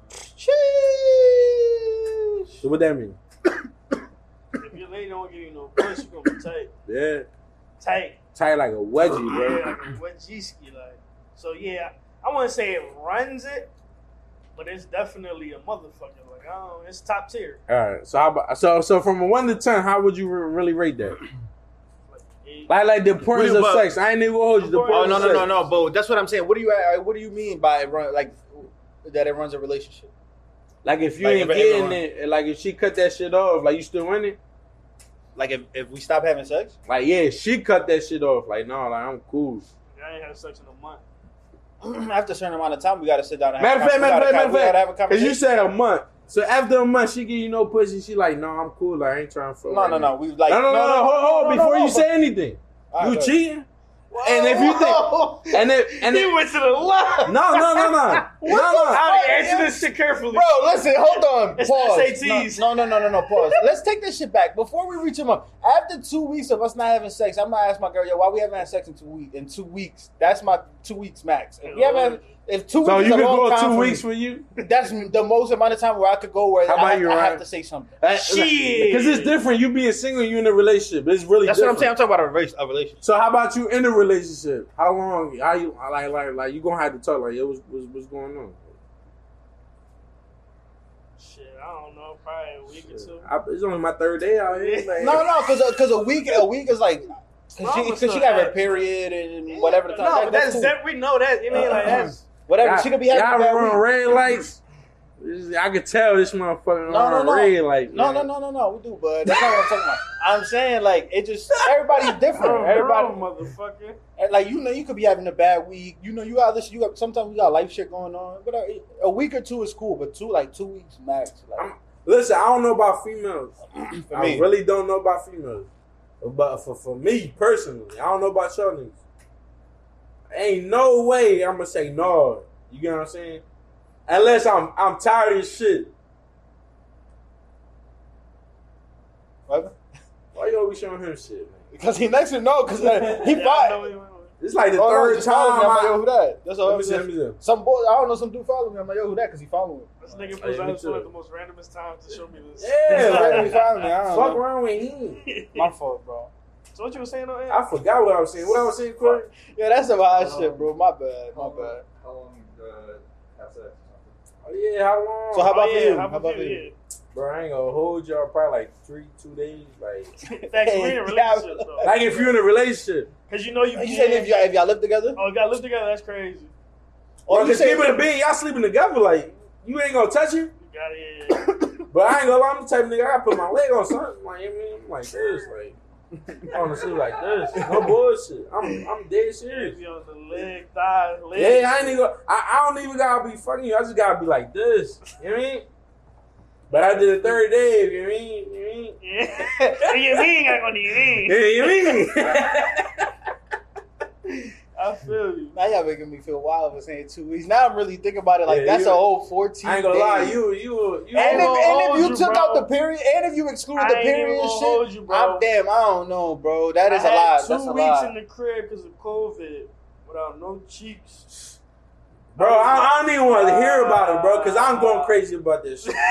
D: So what that mean?
E: If your lady don't give you no push, you gonna be tight,
D: Yeah,
E: tight.
D: tight like a wedgie,
E: Yeah,
D: bro.
E: like a wet G ski, like. So yeah, I wouldn't say it runs it, but it's definitely a motherfucker. Like, I don't, it's top tier.
D: All right, so how about, so so from a one to ten, how would you re- really rate that?
E: Like, it-
D: Like like the importance
C: What
D: of
C: about-
D: sex. I ain't even gonna hold you. The
C: Oh
E: Importance
D: importance
C: no
D: of
C: no no
D: sex.
C: no! But that's what I'm saying. What do you like, what do you mean by it run like that? It runs a relationship.
D: Like if you
C: Like,
D: ain't
C: every-
D: getting
C: everyone-
D: it, and, like if she cut that shit off, like you still in it.
C: Like if, if we stop having sex,
D: Like yeah, she cut that shit off. Like no, like I'm cool.
E: I ain't had sex in a month.
C: after a certain amount of time, we gotta sit down. And
D: Matter of
C: have
D: fact,
C: a
D: matter of fact,
C: conversation. We
D: matter
C: gotta have a
D: of fact. Cause you
C: conversation.
D: said a month. So after a month, she give you no pussy. She like, no, I'm cool. Like, I ain't trying to fuck.
C: No
D: right
C: no
D: now.
C: no. We like
D: no, no, no, no, Hold, hold
C: no, no,
D: before
C: no,
D: you
C: but-
D: say anything,
C: All right,
D: you
C: go ahead.
D: cheating. And if you
C: Whoa.
D: think, and if, and
E: He
D: if,
E: went to the left.
D: no, no, no, no, no, no.
E: I
C: fuck,
E: answer
C: yo?
E: this shit carefully.
C: Bro, listen, hold on.
E: It's
C: Pause.
E: SATs.
C: No, no, no, no, no, pause. Let's take this shit back. Before we reach him up, after two weeks of us not having sex, I'm gonna ask my girl, yo, why we haven't had sex in two weeks in two weeks. That's my two weeks max. If we
E: Uh,
C: haven't had- if two
D: So
C: weeks
D: you
C: is
D: could
C: a long
D: go
C: time
D: two
C: for
D: weeks
C: me,
D: for you.
C: that's the most amount of time where I could go where I,
D: How about
C: have,
D: you,
C: I have
D: Ryan?
C: to say something.
E: Shit.
D: Because it's different. You being single, you in a relationship. It's really
C: That's what I'm
D: different.
C: saying. I'm talking about a, race, a relationship.
D: So how about you in a relationship? How long? How you like like like you gonna have to talk like yo, what's what's, what's going on?
E: Shit, I don't know, probably a week or two.
D: I, it's only my third day out here. Like,
C: No, no, because because a week a week is like because she,
E: Mama
C: 'cause she
E: said
C: got her
E: that.
C: period and whatever the time.
E: No,
C: that-
E: that's
C: cool.
E: that we know that. You mean like that's
C: whatever. she could be
D: y'all
C: happy that
D: run
C: week.
D: red lights. This is- I could tell this motherfucker
C: No,
D: run
C: no, no.
D: red lights.
C: No,
D: man.
C: no, no, no, no. We do, but that's not what I'm talking about. I'm saying like it just everybody's different.
E: everybody,
C: Everybody
E: motherfucker.
C: And, Like you know, you could be having a bad week. You know, you got this. You got sometimes you got life shit going on. But uh, a week or two is cool. But two, like two weeks max. Like
D: Listen, I don't know about females.
C: for
D: I
C: me,
D: really don't know about females. But for, for me personally, I don't know about y'all niggas. Ain't no way I'm gonna say no. You get what I'm saying? Unless I'm I'm tired as shit.
C: What?
D: Why you always showing him shit, man?
C: because he next to no, because he
E: Yeah, I know
C: fought.
E: he went with-
D: It's like the
C: Oh, no, he
D: third
C: just
D: time.
C: followed me. I'm like, yo,
D: I,
C: who that? That's all.
D: let me see. Let me see.
C: Some boy, I don't know, some dude followed me. I'm like, yo, who that? Because he followed me.
E: This nigga
D: Oh,
E: pulls
D: yeah,
E: out
D: me
E: his phone
D: too.
E: at the most randomest times to show me this.
D: Yeah,
C: Like, he followed me. I don't
D: Fuck
C: know.
D: around with him.
C: My fault, bro.
E: so what you were saying though? Ed?
D: I forgot what I was saying. What I was saying, Corey?
C: Yeah, that's some hot
A: Um,
C: shit, bro. My bad. My bad.
A: How long uh, have sex?
D: Oh yeah, how long?
C: So how about
E: oh,
C: for
E: yeah,
C: you?
E: How about you?
D: Bro, I ain't gonna hold y'all probably like three, two days. Like,
E: Yeah. Facts, we in a relationship though.
D: like if you're in a relationship,
E: Cause you know you.
C: You said if y'all, if y'all live together?
E: Oh, you gotta live together. That's crazy.
D: or
C: you
D: just
C: said-
D: people in bed, y'all sleeping together. Like, you ain't gonna touch him.
E: You gotta. Yeah, yeah, yeah.
D: But I ain't gonna lie, I'm the type of nigga. I put my leg on something. Like, you know what I mean, I'm like this. Like, I want to sleep like this. No bullshit. I'm, I'm dead serious.
E: Crazy on the leg, thigh, leg.
D: Yeah, I ain't even. Gonna, I, I don't even gotta be fucking you. I just gotta be like this. You know what I mean? But I did a third day. You know what I mean? You know what I mean?
E: Yeah. yeah, we ain't got gonna do
D: Yeah,
E: anything.
D: you know what I mean?
E: I feel you.
C: Now y'all making me feel wild for saying two weeks. Now I'm really thinking about it like
D: Yeah,
C: that's a
D: you-
C: whole 14
D: I ain't gonna lie,
C: days.
D: you you you
C: And if,
E: gonna
C: and
E: hold
C: if you
E: you,
C: took
E: bro.
C: out the period, and if you excluded
E: I
C: the
E: ain't even
C: period
E: gonna
C: and shit,
E: hold you, bro.
C: I'm damn. I don't know, bro. That is
E: I
C: a
E: had
C: lot.
E: Two
C: That's a
E: weeks in
C: lot.
E: the crib because of COVID, without no cheeks.
D: bro. I, I don't even want to hear about it, bro, because I'm going crazy about this. shit.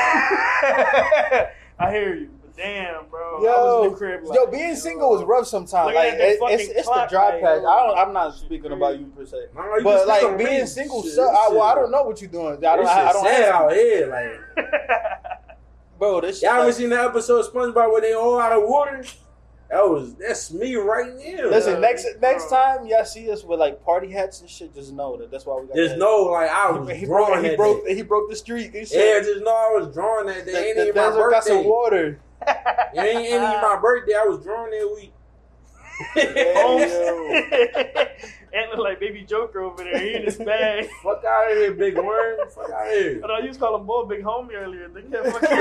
E: I hear you, but damn, bro. I was in the crib. Like,
C: Yo, being single is rough sometimes.
E: Looking
C: Like
E: at that
C: it, it's,
E: fucking
C: it's the
E: clock,
C: dry
E: like,
C: patch. I don't, I'm not
E: shit
C: speaking
E: crazy.
C: about you per se,
D: Nah, you can
C: but
D: speak on
C: like being
D: me.
C: single,
D: Shit,
C: so,
D: this
C: I,
D: shit-
C: well, I don't know what you're doing. I
D: This
C: don't. I, I
D: shit
C: don't.
D: sad
C: Have,
D: out here, like
C: bro, this shit.
D: y'all ever
C: Like,
D: seen the episode of SpongeBob where they all out of water? That was that's me right now.
C: listen,
E: Yeah,
C: next
E: bro.
C: next time y'all see us with like party hats and shit, just know that that's why we got.
D: Just
C: that.
D: know, like I was
C: He, he
D: drawing
C: broke. He
D: that
C: broke.
D: day.
C: He broke the streak. And shit.
D: Yeah, just know I was drawing that
C: the,
D: day. Ain't
C: the
D: even my
C: desert got some
D: birthday.
C: water.
D: It ain't ain't even my birthday. I was drawing that week.
E: Oh,
C: Yeah.
E: Ant look like baby Joker over there. He in his bag.
D: Fuck out of here, big worm. Fuck out of here.
E: But uh, I used to call him Bull Big Homie earlier. They can't fucking.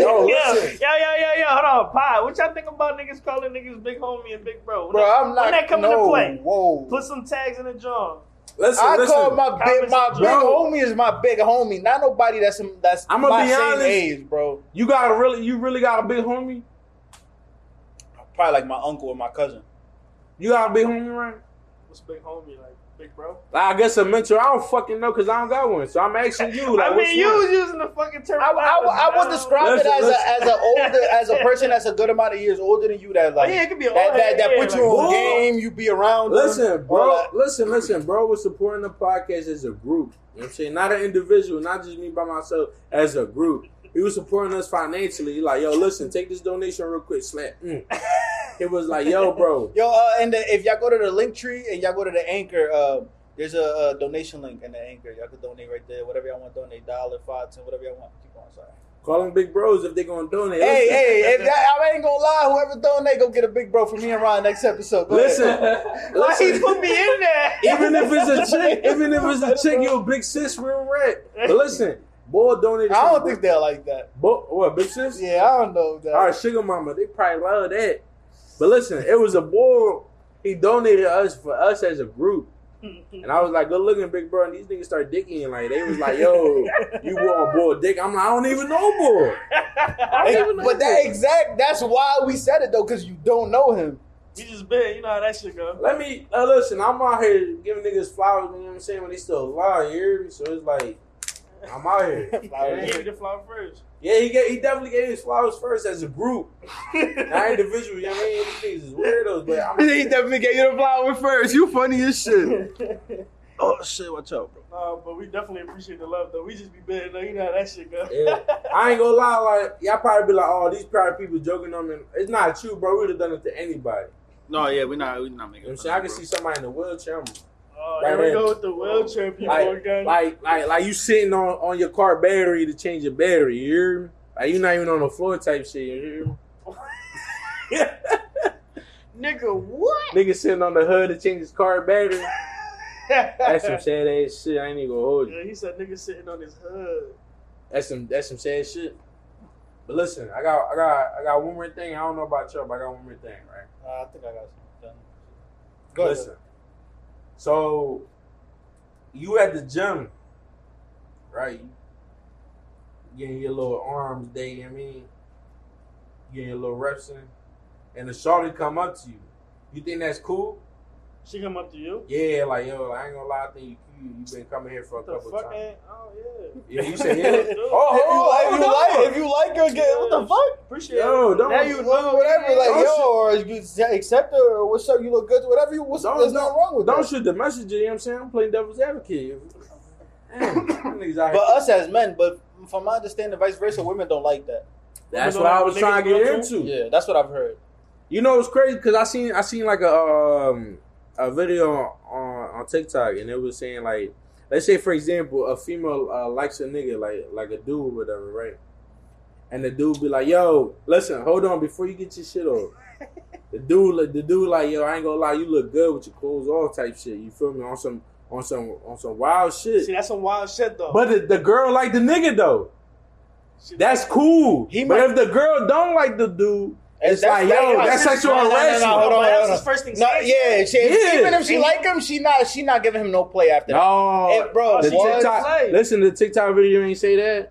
D: Yo,
E: yeah,
D: listen.
E: yeah, yeah, yeah, yeah. Hold on, pie. What y'all think about niggas calling niggas big homie and big bro? When
C: Bro,
E: that,
C: I'm not.
E: when that coming
C: no,
E: to play,
C: Whoa.
E: put some tags in the jar.
D: Listen,
C: I
D: listen.
C: call my big
E: Comments
C: my
E: and
C: big
D: jokes.
C: homie is my big homie, not nobody that's that's
D: I'ma
C: my
D: be
C: same
D: honest.
C: age, bro.
D: you got a really, you really got a big homie.
C: Probably like my uncle or my cousin.
D: You got a big homie, right?
E: What's big homie like? Big bro.
D: Like, I guess a mentor. I don't fucking know because I don't got one. So I'm asking you. Like,
E: I mean,
D: which
E: you
D: one?
E: was using the fucking term.
C: I, I, I would describe
D: Listen,
C: it as
D: listen.
C: a as a older as a person that's a good amount of years older than you that
E: Oh,
C: like
E: yeah, it could be an
C: that
E: old
C: that,
E: head,
C: that
E: yeah,
C: put you
E: like,
C: on
D: bull.
C: game, you be around. them,
D: Listen,
C: all
D: bro.
C: that.
D: Listen, listen, bro. We're supporting the podcast as a group. You know what I'm saying? Not an individual, not just me by myself, as a group. He was supporting us financially. Like, yo, listen, take this donation real quick. Slap. Mm. It was like, yo, bro.
C: Yo, uh, and the, if y'all go to the link tree and y'all go to the anchor, uh, there's a, uh donation link in the anchor. Y'all can donate right there. Whatever y'all want, donate dollar, five, ten, whatever y'all want. Keep going, sorry.
D: Call them big bros if they're going to donate.
C: Hey,
D: Listen.
C: hey, if y'all, I ain't gonna lie, whoever donate, go get a big bro for me and Ron next episode. Go
D: Listen,
C: ahead.
E: Why he
D: listen.
E: put me in there?
D: Even if it's a chick, even if it's a chick, you a big sis, real red. But listen, boy donated.
C: I
D: some-
C: don't think they're like that.
D: Boy, what big sis?
C: Yeah, I don't know that.
D: All right, sugar mama, they probably love that. But listen, it was a boy. He donated us for us as a group, and I was like, "Good looking, big bro." And these niggas started dicking like they was like, "Yo, you want boy dick?" I'm like, "I don't even know boy." I
C: Hey,
D: don't even know
C: but that
D: boy.
C: exact that's why we said it though, because you don't know him.
E: we just been. You know how that shit go.
D: Let me uh, listen. I'm out here giving niggas flowers. You know what I'm saying? When they still alive, you hear me? So it's like, I'm out here.
E: I
C: Flowers.
E: gave you the flower first.
D: Yeah, he gave, he definitely gave his flowers first as a group, not individual. You know what I mean? These niggas is weirdos, but I'm
F: definitely gave you the flower first. You funny as shit.
G: oh shit, watch out, bro.
E: Nah, but we definitely appreciate the love though. We just be bad though. You know how that shit go.
D: Yeah. I ain't gonna lie, like y'all probably be like, "Oh, these proud people joking on me." It's not true, bro. We'd have done it to anybody.
G: No, yeah, we're not, we're not making.
D: You know what I'm
G: fun
D: saying?
G: of
D: I
G: it,
D: can
G: bro.
D: see somebody in a wheelchair. I'm-
E: Oh,
D: Right
E: here we
D: here.
E: go with the wheelchair people again.
D: Like, like, like you sitting on on your car battery to change your battery. You hear me? Like you not even on the floor type shit. You hear me?
E: Nigga, what?
D: Nigga sitting on the hood to change his car battery. That's some sad ass shit. I ain't even gonna hold you.
E: Yeah, he said nigga sitting on his hood.
D: That's some that's some sad shit. But listen, I got I got I got one more thing. I don't know about y'all, but I got one more thing, right?
C: Uh, I think I got something done. Go ahead.
D: listen. So you at the gym, right? You Getting your little arms day, you know what I mean, getting your little reps in, and the shorty come up to you. You think that's cool?
E: She come up to you.
D: Yeah, like yo, I ain't gonna lie, I think you you, you been coming here for a
E: What the
D: couple
E: fuck?
D: times.
E: ain't- Oh yeah.
D: Yeah, you said yeah.
E: Dude,
D: Oh,
C: if you like,
D: oh,
C: if you like, if you like her, get, what the fuck?
E: Appreciate
D: Yo,
E: it.
D: don't
E: Now you
C: Well, whatever,
D: don't
C: like yo,
D: shoot-
C: or you accept her, or what's up? You look good, whatever. You, what's
D: Don't-
C: there's nothing wrong with
D: don't
C: that.
D: shoot the messenger. You know what I'm saying? I'm playing devil's advocate. Damn, niggas out
C: But
D: here-
C: us as men, but from my understanding, vice versa, women don't like that.
D: that's what I was
E: Niggas
D: trying to get
E: real
D: into.
C: Yeah, that's what I've heard.
D: You know, it's crazy because I seen I seen like a um, a video on on TikTok and it was saying like, let's say for example, a female uh, likes a nigga like like a dude whatever, right? And the dude be like, "Yo, listen, hold on before you get your shit off." the dude, like- the dude, like, "Yo, I ain't gonna lie, you look good with your clothes off," type shit. You feel me? On some on some on some wild
E: See,
D: shit.
E: that's some wild shit though.
D: But the, the girl like the nigga though.
E: She-
D: That's cool.
C: He
D: but
C: might-
D: if the girl don't like the dude,
C: And
D: it's like, yo, that's sexual
C: No, no, no, no,
D: harassment.
C: hold on,
E: But
C: hold
E: that's
C: on.
E: his first thing.
C: No, yeah, she,
D: Yeah.
C: even if she like him, she not she not giving him no play after that.
D: No,
C: Hey, bro,
D: the
C: what?
D: TikTok. Listen, the TikTok video ain't say that.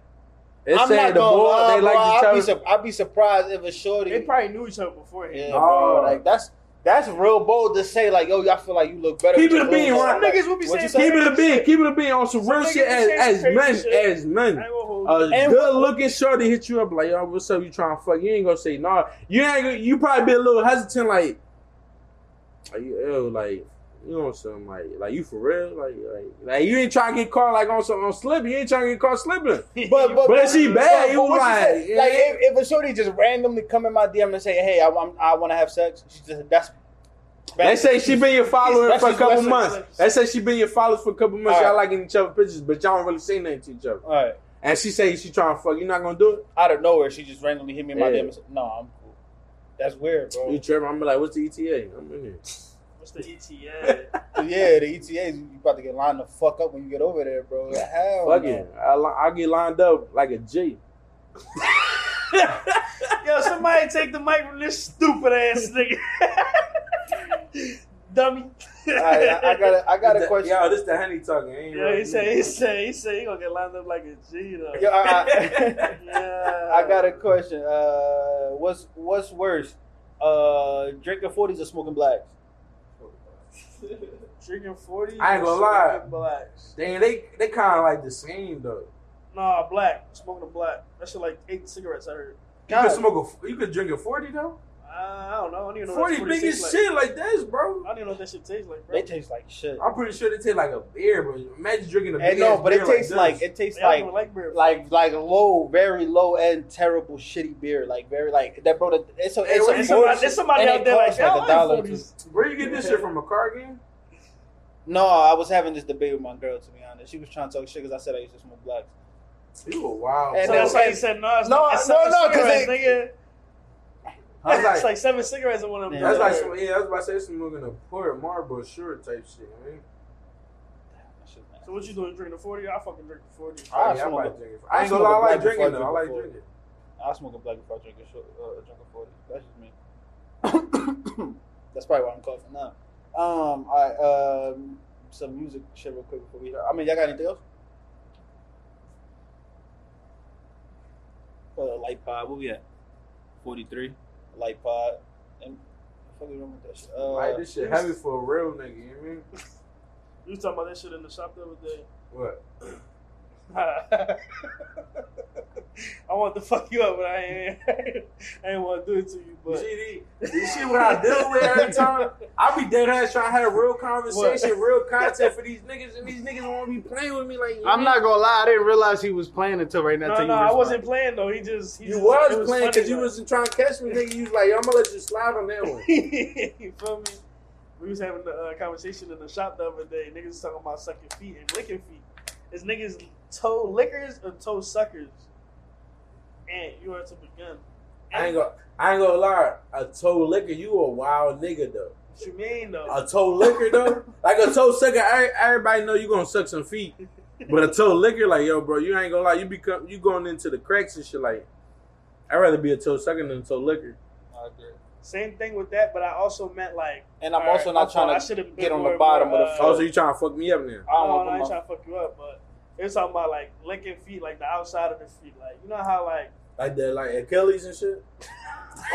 D: It
C: I'm
D: said
C: not
D: the
C: gonna
D: boy
C: lie,
D: they
C: bro.
D: like
C: I'd be,
D: each other.
C: sur- I'd be surprised if a shorty.
E: They probably knew each other beforehand.
C: yeah,
D: Oh.
C: bro, like that's that's real bold to say. Like, yo, I feel like you look better.
D: Keep
C: with
D: it
C: your
D: a bean,
C: clothes
D: right?
C: on.
E: Some niggas will be
C: What'd you
E: saying
C: say?
D: Keep it a
E: crazy
D: bean.
E: shit.
D: Keep it a bean on some
E: Some
D: real
E: niggas
D: shit
E: be
D: as, as
E: saying
D: men,
E: crazy shit.
D: as men.
E: I ain't gonna hold you.
D: A
C: And-
D: good looking shorty hit you up like, yo, what's up? You trying to fuck? You ain't gonna say no. You ain't. gonna- You probably be a little hesitant, like, are you ew, like, you know something like, like you for real, like, like, like you ain't trying to get caught like on some on slipping. You ain't trying to get caught slipping.
C: But but
D: But if she bad, you
C: what
D: like,
C: said, like
D: yeah.
C: if, if a shorty just randomly come in my DM and say, hey, I, want I want to have sex, she just that's.
D: They say she been your follower
C: That's
D: for a
C: just
D: couple
C: Western
D: months.
E: flex.
D: They say she been your follower for a couple months.
C: Alright.
D: Y'all liking each other pictures, but y'all don't really say nothing to each other.
C: All right,
D: And she say she trying to fuck. You not gonna do it?
C: out of nowhere, she just randomly hit me in my
D: Yeah.
C: DM. And said, no, I'm cool. That's weird, bro.
D: You tripping? I'm like, what's the ETA? I'm in here.
E: What's the E ETA?
C: yeah, the ETAs, you about to get lined the fuck up when you get over there, bro. Hell
D: Fuck
C: no.
D: it. I, li- I get lined up like a G.
E: Yo, somebody take the mic from this stupid ass nigga. Dummy.
C: All right, I, I got a, I got a
D: Th-
C: question.
D: Yo, this the honey talking. Ain't
E: Yeah, he said, he said, he said, he gonna get lined up like a G though.
C: Yo, I,
E: Yeah.
C: I, I got a question. Uh, what's what's worse, uh, drinking forties or smoking blacks?
E: drinking forty.
D: I ain't gonna lie.
E: Blacks.
D: Damn, they they kind of like the same though.
E: Nah, black. Smoking a black. That shit like eight cigarettes. I heard.
D: You could smoke a, you could drink a forty though.
E: I I don't know. I don't even know. what
D: Forty
E: that
D: big as
E: tastes like.
D: shit like this, bro.
E: I don't even know what that shit tastes like, bro.
C: They taste like shit.
D: I'm pretty sure they taste like a beer, but imagine drinking a beer.
C: And no, but it
D: like
C: tastes
D: this.
C: like, it tastes
E: They don't
C: like
E: even like beer.
C: like like low, very low end, terrible, shitty beer. Like very like that, bro. that- It's a
E: Hey,
C: it's,
E: wait,
C: a
E: there's somebody,
C: bullshit,
E: there's somebody
C: and it
E: out there like,
C: costs, like a dollar. or two.
D: Where you get this shit from? A car game?
C: No, I was having this debate with my girl. To be honest, she was trying to talk shit because I said I used to smoke blacks.
D: You a wild.
C: And
E: So
D: boy.
E: that's why he said no. It's
C: No,
E: not, it's
C: no,
E: seven
C: no, 'cause
E: cigarettes,
C: they-
E: nigga.
D: I was
E: it's
D: like,
E: like seven cigarettes in one of them.
D: that's like,
E: like
D: some, yeah, I was about to say smoking a poor Marlboro short type shit. Man.
E: So what you doing? Drinking a forty? I fucking drink a forty.
D: I,
C: I
D: I,
C: smoke
D: like
C: a-
D: drinking.
C: I
D: I ain't gonna
C: smoke a
D: lie, I like
C: black before I
D: drinking though. I
C: drink
D: like
C: a forty.
D: drinking.
C: I smoke a black before I drink a short, uh, drink a forty. That's just me. That's probably why I'm coughing now. Um, I um some music shit real quick before we. I mean, y'all got anything else? Uh, light pod,
G: What we at? Forty three.
C: light pod, and what the fuck is wrong with that shit? Uh,
D: like this shit heavy for a real nigga. You know what I mean?
E: We was talking about that shit in the shop the other day.
D: What?
E: I want to fuck you up, but I ain't. I ain't want to do it to you.
D: You
E: But
D: see, the- the shit what I deal with every time. I be dead ass trying to have real conversation, real content for these niggas, and these niggas won't be playing with me like.
H: I'm not gonna lie, I didn't realize he was playing until right now.
E: no,
H: till
E: no,
H: you
E: I
H: respond.
E: wasn't playing though. He just he
D: You
E: just,
D: was,
E: it
D: playing
E: funny,
D: because you
E: like-
D: wasn't trying to catch me, nigga. You was like, yo, I'm gonna let you slide on that one.
E: you feel me? We was having a uh, conversation in the shop the other day. Niggas was talking about sucking feet and licking feet. Is niggas toe lickers or toe suckers? And you are to begin.
D: I ain't gonna, I ain't gonna lie. A toe licker, you a wild nigga though.
E: What you mean though?
D: A toe licker though, like a toe sucker. every- Everybody know you gonna suck some feet, but a toe licker, like yo, bro, you ain't gonna lie. You become you going into the cracks and shit. Like, I'd rather be a toe sucker than a toe licker.
C: I agree.
E: Same thing with that, but I also meant like
C: And I'm
E: all
C: also
E: right,
C: not
E: my
C: trying
E: fault. I
C: to.
E: should've been
C: get on the
E: more-
C: bottom of the
E: uh,
C: foot.
D: Oh, so you trying to fuck me up
C: I
D: now?
E: No,
C: don't
E: oh, no,
C: want
E: I
C: them
E: ain't
C: up.
E: trying to fuck you up, but they're talking about like licking feet, like the outside of the feet, like you know how like
D: Like the like Achilles and shit.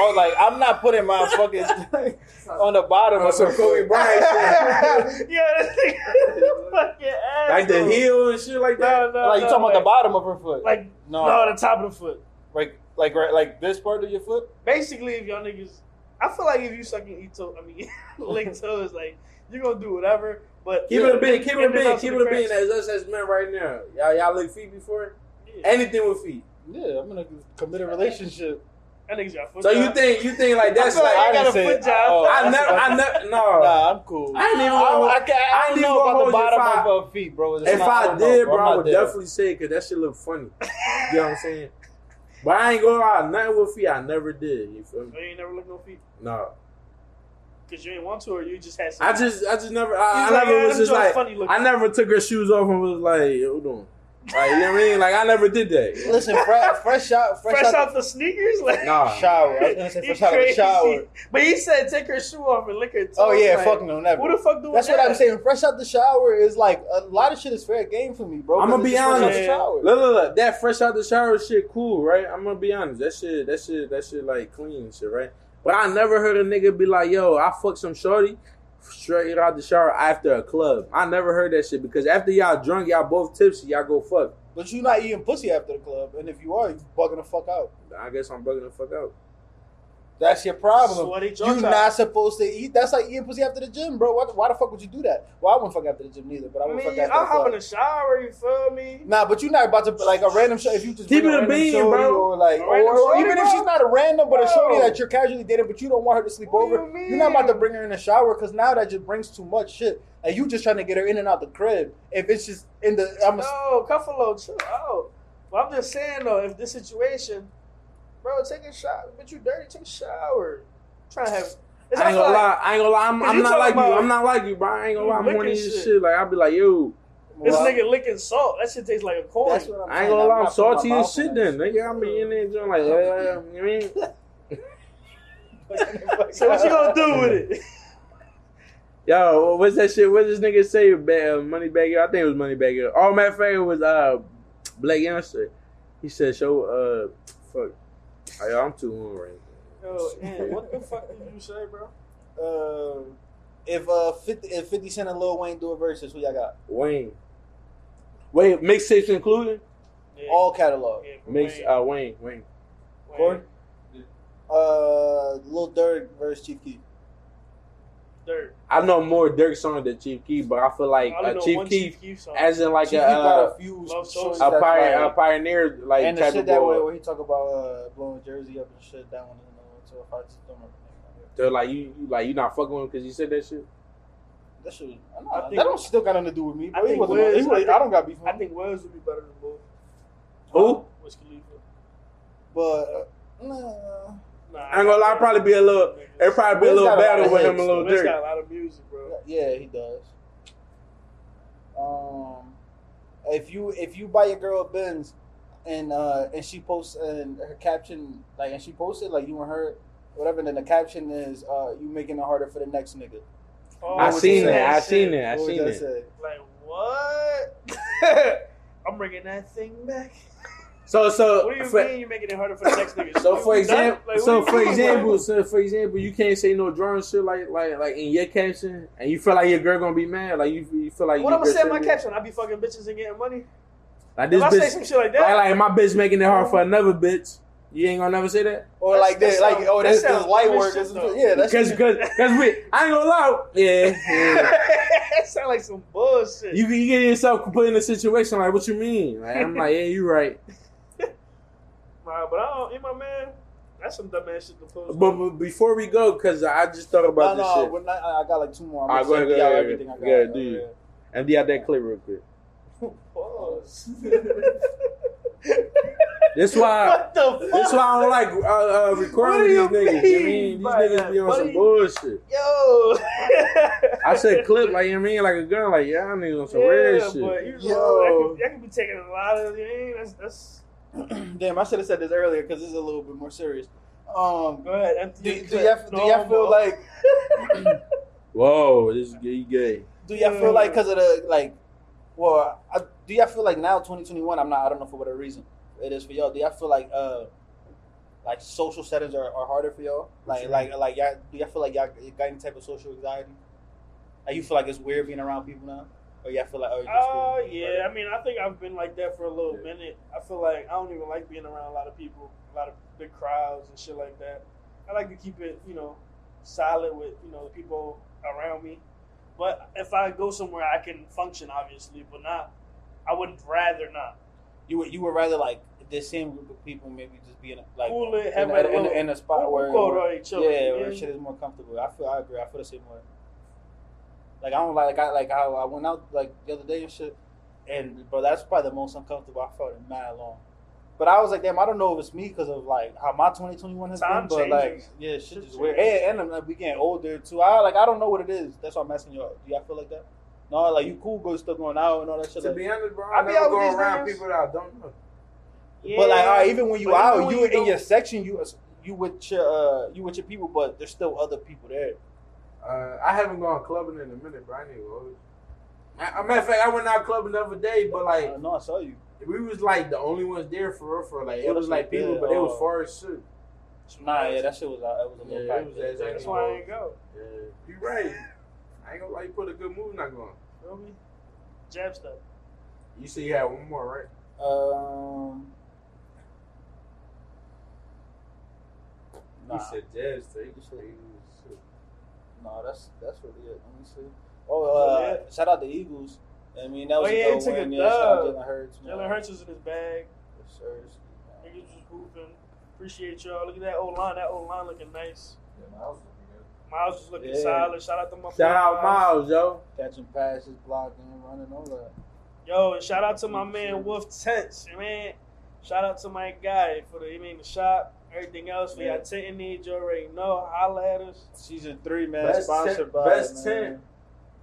C: Or like I'm not putting my fucking on the bottom
D: Oh,
C: of
D: some
C: some
D: Kobe Bryant shit.
E: yeah, this thing fucking ass,
D: Like the
E: though.
D: heel and shit like that.
E: No, no,
C: Like you
E: no,
C: talking about
E: like,
C: the bottom of her foot?
E: Like
C: no,
E: no, the top of the foot.
C: like like right, like this part of your foot?
E: basically, if y'all niggas, I feel like if you sucking eat toe, I mean, lick toes, like you're gonna do whatever. But
D: Keep it a bit, keep it a
E: If it's
D: bit,
E: outside
D: keep
E: the
D: it a bit.
E: cracks.
D: As us as men right now, y'all y'all lick feet before
E: Yeah,
D: anything with feet.
C: Yeah, I'm gonna commit a relationship.
E: that niggas got foot.
D: So you
E: job.
D: think you think like that's
E: I feel like
D: like
E: I got a
C: didn't
E: foot
C: say-
E: job.
C: oh,
D: I
C: that's-
D: never, I never, no.
C: Nah, I'm cool.
D: I ain't even
C: I,
D: gonna-
C: I, can't- I
D: I
C: don't
D: ain't
C: know about
D: even
C: the
D: gonna hold you
C: bottom
D: if I-
C: of her feet, bro. It's
D: If
C: not-
D: I
C: don't know,
D: did,
C: bro,
D: bro,
C: I'm
D: I
C: not
D: would
C: there.
D: definitely say it because that shit look funny. you know what I'm saying? But I ain't gonna lie, nothing with feet. I never did. You feel me?
E: Oh, you ain't never looked no feet
D: No,
E: because you ain't want to, or you just had. Some
D: I just, I just never,
E: He's
D: I, I
E: like,
D: never
E: "Ah,
D: was
E: them
D: just
E: joints
D: like,
E: funny looking.
D: I never took her shoes off and was like, hold on, like you know what I mean? Like I never did that.
C: Listen, fresh, fresh out, fresh,
E: fresh,
C: out,
E: off the sneakers, like
D: Nah,
C: the shower. I was gonna say
E: He
C: fresh out of the
E: crazy.
C: shower.
E: But he said take her shoe off and lick her toes.
C: Oh yeah,
E: like,
C: fuck no, never.
E: Who the fuck do
C: That's
E: that?
C: what I'm saying. Fresh out the shower is like a lot of shit is fair game for me, bro. 'cause
D: I'ma
C: it's
D: be
C: just fresh out
D: honest.
C: the shower.
D: Look, look, look, that fresh out the shower shit cool, right? I'm gonna be honest. That shit, that shit, that shit like clean and shit, right? But I never heard a nigga be like, yo, I fuck some shorty straight out the shower after a club. I never heard that shit because after y'all drunk, y'all both tipsy, y'all go fuck.
C: But you not eating pussy after the club, and if you are, you bugging the fuck out.
D: I guess I'm bugging the fuck out.
C: That's your problem.
E: Sweaty
C: you
E: joints.
C: not supposed to eat. That's like eating pussy after the gym, bro. Why, why the fuck would you do that? Well, I wouldn't fuck after the gym neither, but I
E: I
C: would
E: mean,
C: fuck
E: I'm
C: after the club.
E: hopping the shower. You feel me?
C: Nah, but you're not about to like a random show. If you just
D: Keep
C: bring
D: it a
C: random
D: bean,
C: shorty
D: bro.
C: or like,
E: A
C: or,
E: random
C: or
E: shorty,
C: even
E: bro.
C: if she's not a random, but a shorty
E: Bro.
C: that you're casually dating, but you don't want her to sleep
E: What do
C: over,
E: you
C: are not about to
E: mean?
C: bring her in the shower because now that just brings too much shit. And you just trying to get her in and out the crib. If it's just in the, I'm a,
E: No, Cuffalo, chill out. But I'm just saying though, if this situation, bro, take a shower. But you dirty, take a shower. Trying to have.
D: I ain't gonna lie. I ain't gonna lie. I'm,
E: 'Cause
D: I'm
E: you
D: not
E: talking
D: like you.
E: about-
D: I'm not like you, bro. I ain't gonna lie. I'm
E: Licking
D: horny as
E: shit.
D: shit. Like, I'll be like, yo,
E: This
C: Well,
E: nigga licking salt. That shit tastes like a corn.
C: that's what I'm
D: I ain't
C: saying.
D: gonna
C: I'm
D: lie. I'm
C: not putting my
D: salty
C: mouth
D: as
C: on
D: shit
C: that
D: then. Nigga, I'm in there enjoying, like, uh, you know what I mean?
E: so what you gonna do with it?
D: Yo, what's that shit? What this nigga say? Ba- uh, money bag. I think it was money bag. All my favorite was uh Blake Youngster. He said, "Show uh, fuck, oh, yo, I'm too hungry."
E: Yo, man, what the fuck did you say, bro?
C: Uh, if uh 50, if 50 Cent and Lil Wayne do a versus, who y'all got?
D: Wayne. Wait, mixtapes included.
E: Yeah,
C: All catalog.
E: yeah, for
D: Mix
E: Wayne,
D: uh Wayne Wayne.
E: Wayne.
C: Corey? Uh, Lil Durk versus Chief Keef.
E: Dirt.
D: I know more Dirk song than Chief Keef, but I feel like
E: I only
D: uh,
E: know
D: Chief
E: one
D: Keef,
E: Chief Keef song.
D: as in like
C: Chief Keef
D: a
C: got
D: uh,
C: a few
E: Love
C: songs
E: Songs.
D: a,
C: that's
D: pioneer,
C: like-
D: a pioneer like
C: and the
D: type
C: shit
D: of
C: that way
D: boy.
C: where he talk about uh, blowing Jersey up and shit. That one is another one too. If I just don't remember. the name of it.
D: They're like you, you like you not fucking with him because you said that shit.
C: That shit, was- I
E: I
C: know,
E: think-
C: that don't still got nothing to do with me.
E: I
C: Bro. He
E: think
C: wasn't,
E: Wiz-
C: he was, I,
E: I think-
C: don't got beef. With
E: I
C: him.
E: think Wiz would be better than both.
D: Who?
E: Wiz Khalifa.
C: but uh, nah,
E: Nah,
D: I ain't gonna lie, I'd probably be a little, it'd probably be a
C: Wiz
D: little
C: got a lot
D: battle
C: of
D: with him, a
C: hits.
D: little
E: Wiz
D: Dirk.
E: got a lot of music, bro.
C: yeah, he does. Um, if you if you buy your girl a Benz, and uh and she posts and her caption like and she posted like you and her whatever, and then the caption is uh you making it harder for the next nigga.
E: Oh,
D: I
C: what
D: seen
C: you
D: that. I
E: shit.
D: seen that. I
C: What was
D: seen
C: that
D: that.
C: said?
E: Like what? I'm bringing that thing back.
D: So so
E: What do you
D: for,
E: mean you're making it harder for the next nigga?
D: so
E: You
D: for
E: done?
D: example
E: Like, what do
D: so
E: you
D: for
E: mean?
D: example so for example you can't say no drawing shit like like like in your caption and you feel like your girl gonna be mad like you you feel like
E: what
D: your
E: I'm gonna
D: girl
E: say in my
D: should be-
E: caption? I be fucking bitches and getting money.
D: Like
E: If
D: this
E: I say
D: bitch,
E: some shit like that,
D: like, like my bitch making it hard for another bitch. You ain't gonna never say that.
C: Or
E: That's-
C: like this,
E: that
C: like
E: sound-
C: oh,
E: that
C: this, this
E: sound
C: light
E: dumb as
C: work.
E: shit,
C: This,
E: though.
C: yeah, that's
D: Cause, cause, cause we, I ain't gonna lie. Yeah, yeah.
E: that sound like some bullshit.
D: You you get yourself put in a situation like, what you mean? Like, I'm like, yeah, you right.
E: Nah, but I don't, you my man. That's some dumb ass shit to post.
D: But, but before we go, cause I just thought
C: no,
D: about this
C: no.
D: shit.
C: We're not, I I got like two more. I'm
D: Alright, go
C: gonna
D: ahead,
C: send
D: go
C: y'all
D: ahead,
C: everything I
D: go ahead,
C: got.
D: do you.
C: Uh,
D: Empty out that clip real quick.
E: Pause.
D: This why.
E: what the fuck?
D: This why I don't like uh, uh, recording
E: What
D: these
E: do you
D: niggas. I mean,
E: mean
D: these
E: by
D: niggas
E: that,
D: be on some
E: buddy?
D: bullshit.
E: Yo.
D: I said clip, like you know what I mean, like a gun, like yeah, I niggas on some
E: yeah,
D: weird shit.
E: But you
C: Yo.
E: Know, that, could, that could be taking a lot of. You mean, that's that's.
C: Damn, I should have said this earlier because this is a little bit more serious. Um,
E: Go ahead. empty
C: do,
E: your
C: do
E: clip.
C: y'all do
E: No
C: y'all feel
E: homo.
C: like
D: Whoa, this is gay. gay.
C: do y'all feel
E: Mm.
C: like because of the like, well, I, do y'all feel like now 2021? I'm not. I don't know for whatever reason it is for y'all. Do y'all feel like uh, like social settings are, are harder for y'all? Like like like y'all do y'all feel like y'all got any type of social anxiety? Like you feel like it's weird being around people now, or y'all feel like oh
E: Oh
C: you're just cool?
E: yeah, I mean, I think I've been like that for a little minute. I feel like I don't even like being around a lot of people, a lot of big crowds and shit like that. I like to keep it, you know, solid with you know the people around me. But if I go somewhere, I can function obviously, but not. I would rather not.
C: you would you would rather like the same group of people maybe just be in a, like
E: Cool it,
C: in,
E: have
C: a-
E: my
C: in, a-
E: little-
C: in a spot where,
E: Cool,
C: where-
E: right, chill,
C: yeah,
E: you
C: where
E: know?
C: shit is more comfortable. I feel I agree. I feel the same way. Like I don't like I like how I went out like the other day and shit, and but that's probably the most uncomfortable I felt in mad long. But I was like, damn, I don't know if it's me because of like how my twenty twenty one has
E: Time
C: been, but like
E: changes.
C: yeah, shit
E: Shit
C: is weird.
E: changes.
C: And, and I'm, like, we getting older too. I like I don't know what it is. That's why I'm asking y'all. Do y'all feel like that? No, like you cool, go still going out and all that shit.
D: To
C: like-
D: be honest, bro,
E: I
D: I
E: be
D: be
E: out
D: never
E: with
D: go
E: these
D: around
E: niggas.
D: people that I don't know.
C: But like, all right,
E: Yeah.
C: even when you
E: But even
C: out,
E: when
C: you,
E: you
C: in your
E: don't-
C: section, you you with your uh, you with your people, but there's still other people there.
D: Uh, I haven't gone clubbing in a minute, bro. I need to go. I, a matter of fact, I went out clubbing the other day, but like
C: Uh, no, I saw you.
D: we was like the only ones there for real, for like
C: Yeah,
D: it was
C: that's
D: like
C: what
D: people,
C: they-
D: but it
C: oh.
D: was far as shit.
C: Nah, yeah, that shit was out. That was a little
D: Yeah, it
C: packed.
D: was exactly-
E: That's why I ain't go.
D: Yeah, you right. I ain't gonna lie, you put a good move not going.
E: Feel me? Jab stuff.
D: You see, you had one more, right?
C: Um, nah,
D: He said jazz take
C: You
D: it,
C: said-
D: take it, shit.
C: no, that's that's really it. Let me see. Oh, uh, shout out the Eagles. I mean, that was
E: Oh, yeah,
C: a
E: he
C: good
E: took a
C: win. Yeah, shout out
E: dub.
C: Jalen Hurts. man.
E: Jalen Hurts was in his bag.
C: Yes, sir.
E: Niggas was hooping. Appreciate y'all. Look at that old line. That old line looking nice. Miles was looking
C: Yeah.
E: solid. Shout out to my
D: Shout
E: man,
D: out Miles, yo.
C: Catching passes, blocking, running, all that.
E: Yo, and shout out to my man Wolf Tench, man. Shout out to my guy for the, I mean, the shop, everything else. For
C: Yeah.
E: y'all tent needs, you already know. Holla at us.
C: Season three, man.
D: Best
C: sponsored
D: ten-
C: by
D: best
C: man.
D: ten.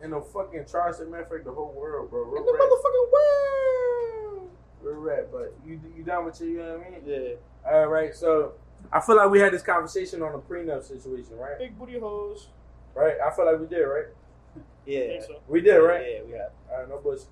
D: In the fucking tri-state, matter of fact, the whole world, bro.
C: In
D: Real
C: the
D: rap.
C: motherfucking world.
D: Real rap, but you you down with you, you know what I mean?
C: Yeah.
D: All right, so I feel like we had this conversation on the prenup situation, right?
E: Big booty hoes.
D: Right? I feel like we did, right?
C: Yeah.
E: Think so.
D: We did, right?
C: Yeah, we have.
D: All right, no bullshit.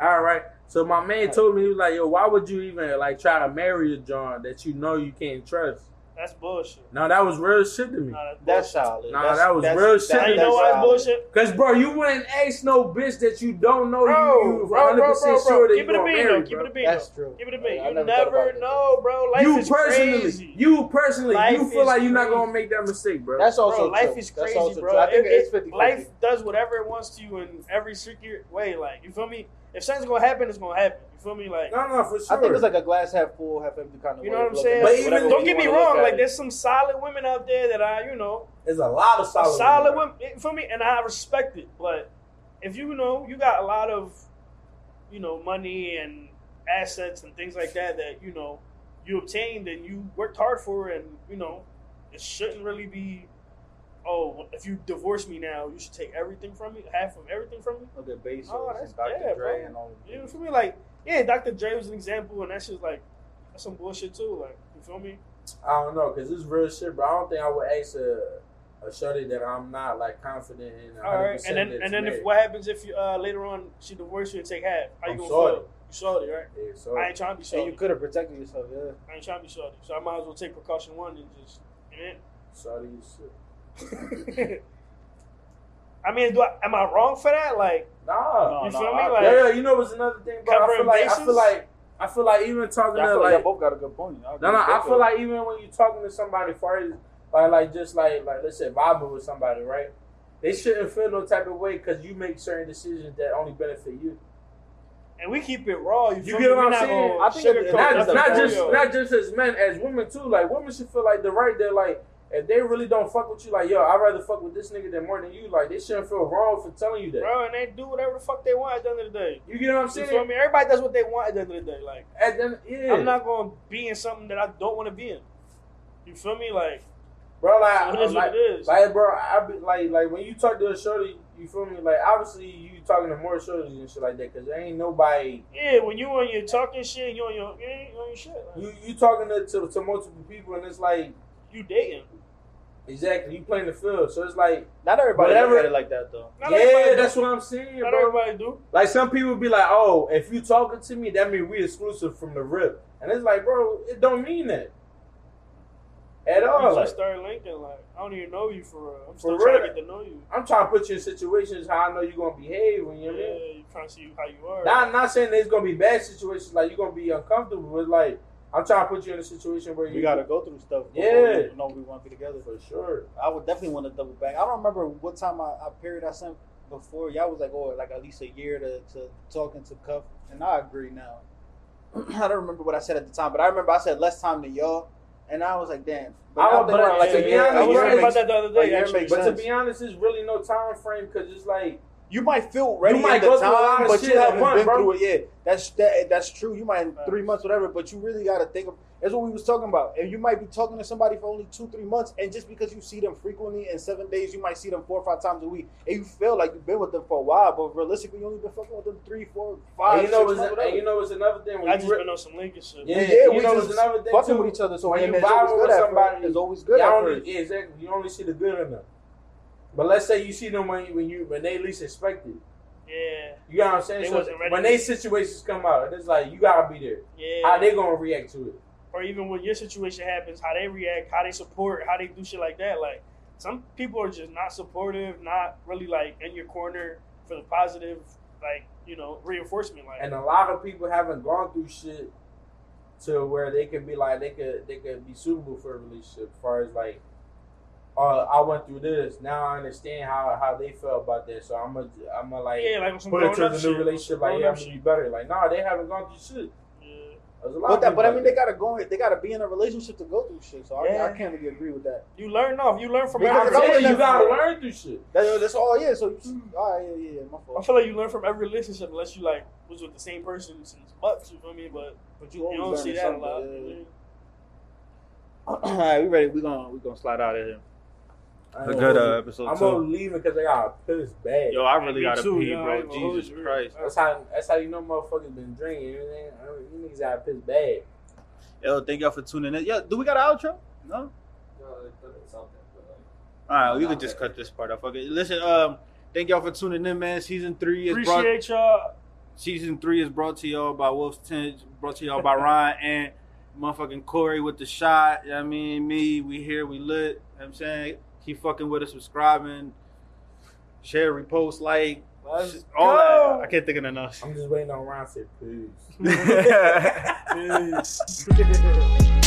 D: All right. So my man told me he was like, "Yo, why would you even like try to marry a John that you know you can't trust?"
E: That's bullshit.
D: No, that was real shit to me.
E: Nah,
C: That's
E: that's
C: solid.
D: Nah,
C: that's,
D: that was
C: that's,
D: real
C: that's-
D: shit.
E: bullshit. Now, you know why it's
C: solid.
E: bullshit?
D: Cause bro, you wouldn't ask no bitch that Oh, you don't know you, you
E: Bro, bro,
D: 100%
E: bro, bro,
D: sure
E: bro.
D: that
E: Keep
D: you
E: it a
D: gonna
E: bean,
D: marry,
E: though. Keep
D: bro.
E: it a bean,
C: That's
E: though.
C: true.
E: Keep it a bean.
C: I- I
E: You
C: thought about
E: never
C: that.
E: know, bro. Life
D: you
E: is
D: personally,
E: crazy.
D: you personally,
E: Life
D: you feel like
E: is
D: you're not
E: crazy.
D: gonna make that mistake, bro.
C: That's also
E: bro, life
C: true.
E: is
C: That's
E: crazy,
C: also
E: bro.
C: True. I think
E: It-
C: it's
E: it-
C: 50
E: life does whatever it wants to you in every secret way. Like you feel me? If something's gonna happen, it's gonna happen. You feel me? Like
D: no, no, for sure.
C: I think it's like a glass half full, half empty kind of.
E: you
C: way
E: know
C: of
E: what I'm
C: looking at
E: saying?
C: it,
D: But even-
C: whatever
E: don't
C: you
E: get me
C: wanna look
E: wrong.
C: at
E: Like
C: it.
E: there's some solid women out there that I, you know,
D: There's a lot of
E: solid,
D: solid,
E: solid
D: women.
E: women. You feel me? And I respect it. But if you know you got a lot of, you know, money and assets and things like that that you know you obtained and you worked hard for, and you know, it shouldn't really be. Oh, if you divorce me now, you should take everything from me, half of everything from me.
C: Look at Bezos
E: Oh, that's
C: and Dr.
E: bad,
C: Dre
E: bro.
C: and all of
E: You
C: them.
E: feel me? Like, yeah, Dr. Dre was an example, and that's just like that's some bullshit too. Like, you feel me?
D: I don't know, cause it's real shit, bro. I don't think I would ask a a shorty that I'm not like confident in. 100%
E: All right, and then and then if what happens if you uh, later on she divorces you and take half? How you
D: I'm
E: gonna
D: sorry.
E: feel? You shorty, right?
D: Yeah, so
E: I ain't trying to be
C: And you
E: shorty.
C: could have protected yourself, yeah.
E: I ain't trying to be shorty, so I might as well take precaution one and just. You know?
D: shorty, is shit.
E: I mean, do I, am I wrong for that? Like,
D: Nah,
E: you
C: no,
E: feel me?
C: I-
E: Like,
D: yeah, you know what's another thing, bro. I
E: Covering
D: feel like I
E: bases?
D: feel like I feel like even talking
B: I feel
D: to
B: like,
D: like
B: y'all both got a good point. Y'all
D: No, no. I
B: both
D: feel
B: got-
D: like even when you're talking to somebody, far as like, like just like like let's say vibing with somebody, right? They shouldn't feel no type of way because you make certain decisions that only benefit you.
E: And we keep it raw. You,
D: You
E: feel
D: get
E: me?
D: what
E: We
D: I'm
E: not
D: saying?
E: gonna
B: I think it's- Yo,
E: sugarcoat
D: Not,
B: that's a
D: not
E: portfolio.
D: just not just as men, as women too. Like women should feel like the right there. Like if they really don't fuck with you, like yo, I'd rather fuck with this nigga than more than you. Like they shouldn't feel wrong for telling you that.
E: bro. And they do whatever the fuck they want at the end of the day.
D: You get what I'm
E: You feel
D: saying?
E: me? Everybody does what they want at the end of the day. Like
D: And then yeah,
E: I'm not gonna be in something that I don't want to be in. You feel me? Like
D: bro. Like,
E: it is
D: like
E: what it is.
D: Like, bro, I be like, like when you talk to a shorty, you feel me? Like, obviously, you talking to more shorties and shit like that, cause there ain't nobody.
E: yeah, when you on your talking shit, you on your you ain't on your shit. Like,
D: You you talking to, to to multiple people, and it's like
E: you dating?
D: exactly you playing the field. So it's like,
B: not everybody
D: Whatever-
B: look at it like that though.
E: Not
D: yeah,
E: everybody
D: that's
E: do.
D: what I'm saying,
E: not
D: bro.
E: everybody do.
D: Like some people be like, oh, if you talking to me, that mean we exclusive from the rip, and it's like, bro, it don't mean that at all.
E: You
D: Like,
E: just started linking. Like I don't even know you for real. I'm still
D: For
E: trying
D: real.
E: to get to know you.
D: I'm trying to put you in situations how I know you're gonna behave when
E: Yeah,
D: you're in.
E: you trying to see how you are.
D: Not not saying there's gonna be bad situations, like you're gonna be uncomfortable, but like I'm trying to put you in a situation where you
B: We gotta go through stuff. before
D: Yeah.
B: we know we want to be together.
D: for sure.
B: I would definitely want to double back. I don't remember what time I, I period I sent before. Y'all was like, oh, like at least a year to, to talking to Cuff, and I agree now. I don't remember what I said at the time, but I remember I said less time than y'all, and I was like, damn. But
D: I
B: now
D: don't-
B: thinking
D: but
B: about it,
D: to
B: like a
D: be
B: year,
D: honest,
B: a
E: I was
B: year
E: thinking about
B: makes-
E: that the other day.
B: year
E: Actually,
B: makes
D: But to
B: sense.
D: be honest, there's really no time frame because it's like
B: you might feel ready
D: You might
B: at the
D: go through a lot
B: time,
D: of
B: but
D: shit
B: you
D: at
B: haven't
D: once,
B: been
D: bro.
B: through it yet. That's that, that's true. You might in three months, whatever, but you really got to think of. That's what we was talking about. And you might be talking to somebody for only two, three months, and just because you see them frequently in seven days, you might see them four or five times a week, and you feel like you've been with them for a while, but realistically, you only been fucking with them three, four,
D: and
B: five,
D: you know
B: six
D: it's
B: months,
D: and
B: whatever.
D: you know it's another thing. When
E: I
D: you
E: just
D: re-
E: been on some linking shit.
D: Yeah,
B: yeah,
D: you
B: we
D: know it's
B: just
D: another thing
B: fucking
D: too.
B: with each other, so
D: When
B: and
D: you
B: it's always
D: vibe
B: good at
D: with
B: first.
D: somebody,
B: It's always good
D: you
B: at
D: only,
B: first.
D: yeah, exactly. You only see the good in them. But let's say you see them when you, when you when they least expect it.
E: Yeah,
D: You know what I'm saying?
E: They
D: So
E: wasn't ready.
D: when they situations come out, it's like you gotta be there.
E: yeah.
D: How they gonna react to it?
E: or even when your situation happens, how they react, how they support, how they do shit like that. Like some people are just not supportive, not really like in your corner for the positive, like you know, reinforcement. Like
D: and uh, a lot of people haven't gone through shit to where they can be like they could they could be suitable for a relationship as far as like uh, I went through this now I understand how how they felt about that so I'm a I'm a like
E: yeah, like on some
D: put it to
E: grown-up
D: the new
E: shit, on some
D: relationship like yeah I'm
E: grown-up
D: gonna be
E: shit.
D: better like nah they haven't gone through shit
E: Yeah.
D: There's a lot
B: But
D: of
B: that, but I
D: people
B: mean,
D: like
B: they gotta go. in- They gotta be in a relationship to go through shit. So I,
E: Yeah.
B: I can't really agree with that.
E: You learn off. You learn from
D: that.
B: Because
E: every
D: I'm
B: it's always
D: saying you
E: relationship.
B: that-
D: gotta learn through shit
B: That, that's all. Yeah. So, all right, yeah, yeah, yeah, my
E: I
B: fault.
E: feel like you learn from every relationship unless you like was with the same person since months. You feel me? But
B: But you
E: you
B: always
E: don't see that a lot.
C: All right, we ready? We gonna we gonna slide out of here.
D: I
C: A
D: ain't
C: good
D: gonna-
C: uh, episode
D: I'm
C: two.
D: gonna leave it cause I got piss bad
C: Yo, I really
E: Me
C: gotta
E: too,
C: pee,
E: yo, I
C: bro.
E: ain't gonna hold
C: Jesus
E: you, bro.
C: Christ.
D: that's how that's how you know motherfuckers been drinking you know what I mean? you niggas got piss bad
C: Yo, thank y'all for tuning in. Yo, do we got an outro? No.
A: No, they put it something, but like.
C: All right, we can just cut this part off. Okay, listen. Um, thank y'all for tuning in, man. Season three is brought.
E: Appreciate y'all.
C: Season three is brought to y'all by Wolf's Tinge, brought to y'all by Ron and motherfucking Corey with the shot. You know what I mean, me, we here, we lit. You know what I'm saying, keep fucking with us, subscribing, share, repost, like,
E: Let's
C: all
E: go.
C: that. I can't think of nothing else.
D: I'm just waiting on Ron to say peace.
E: Peace.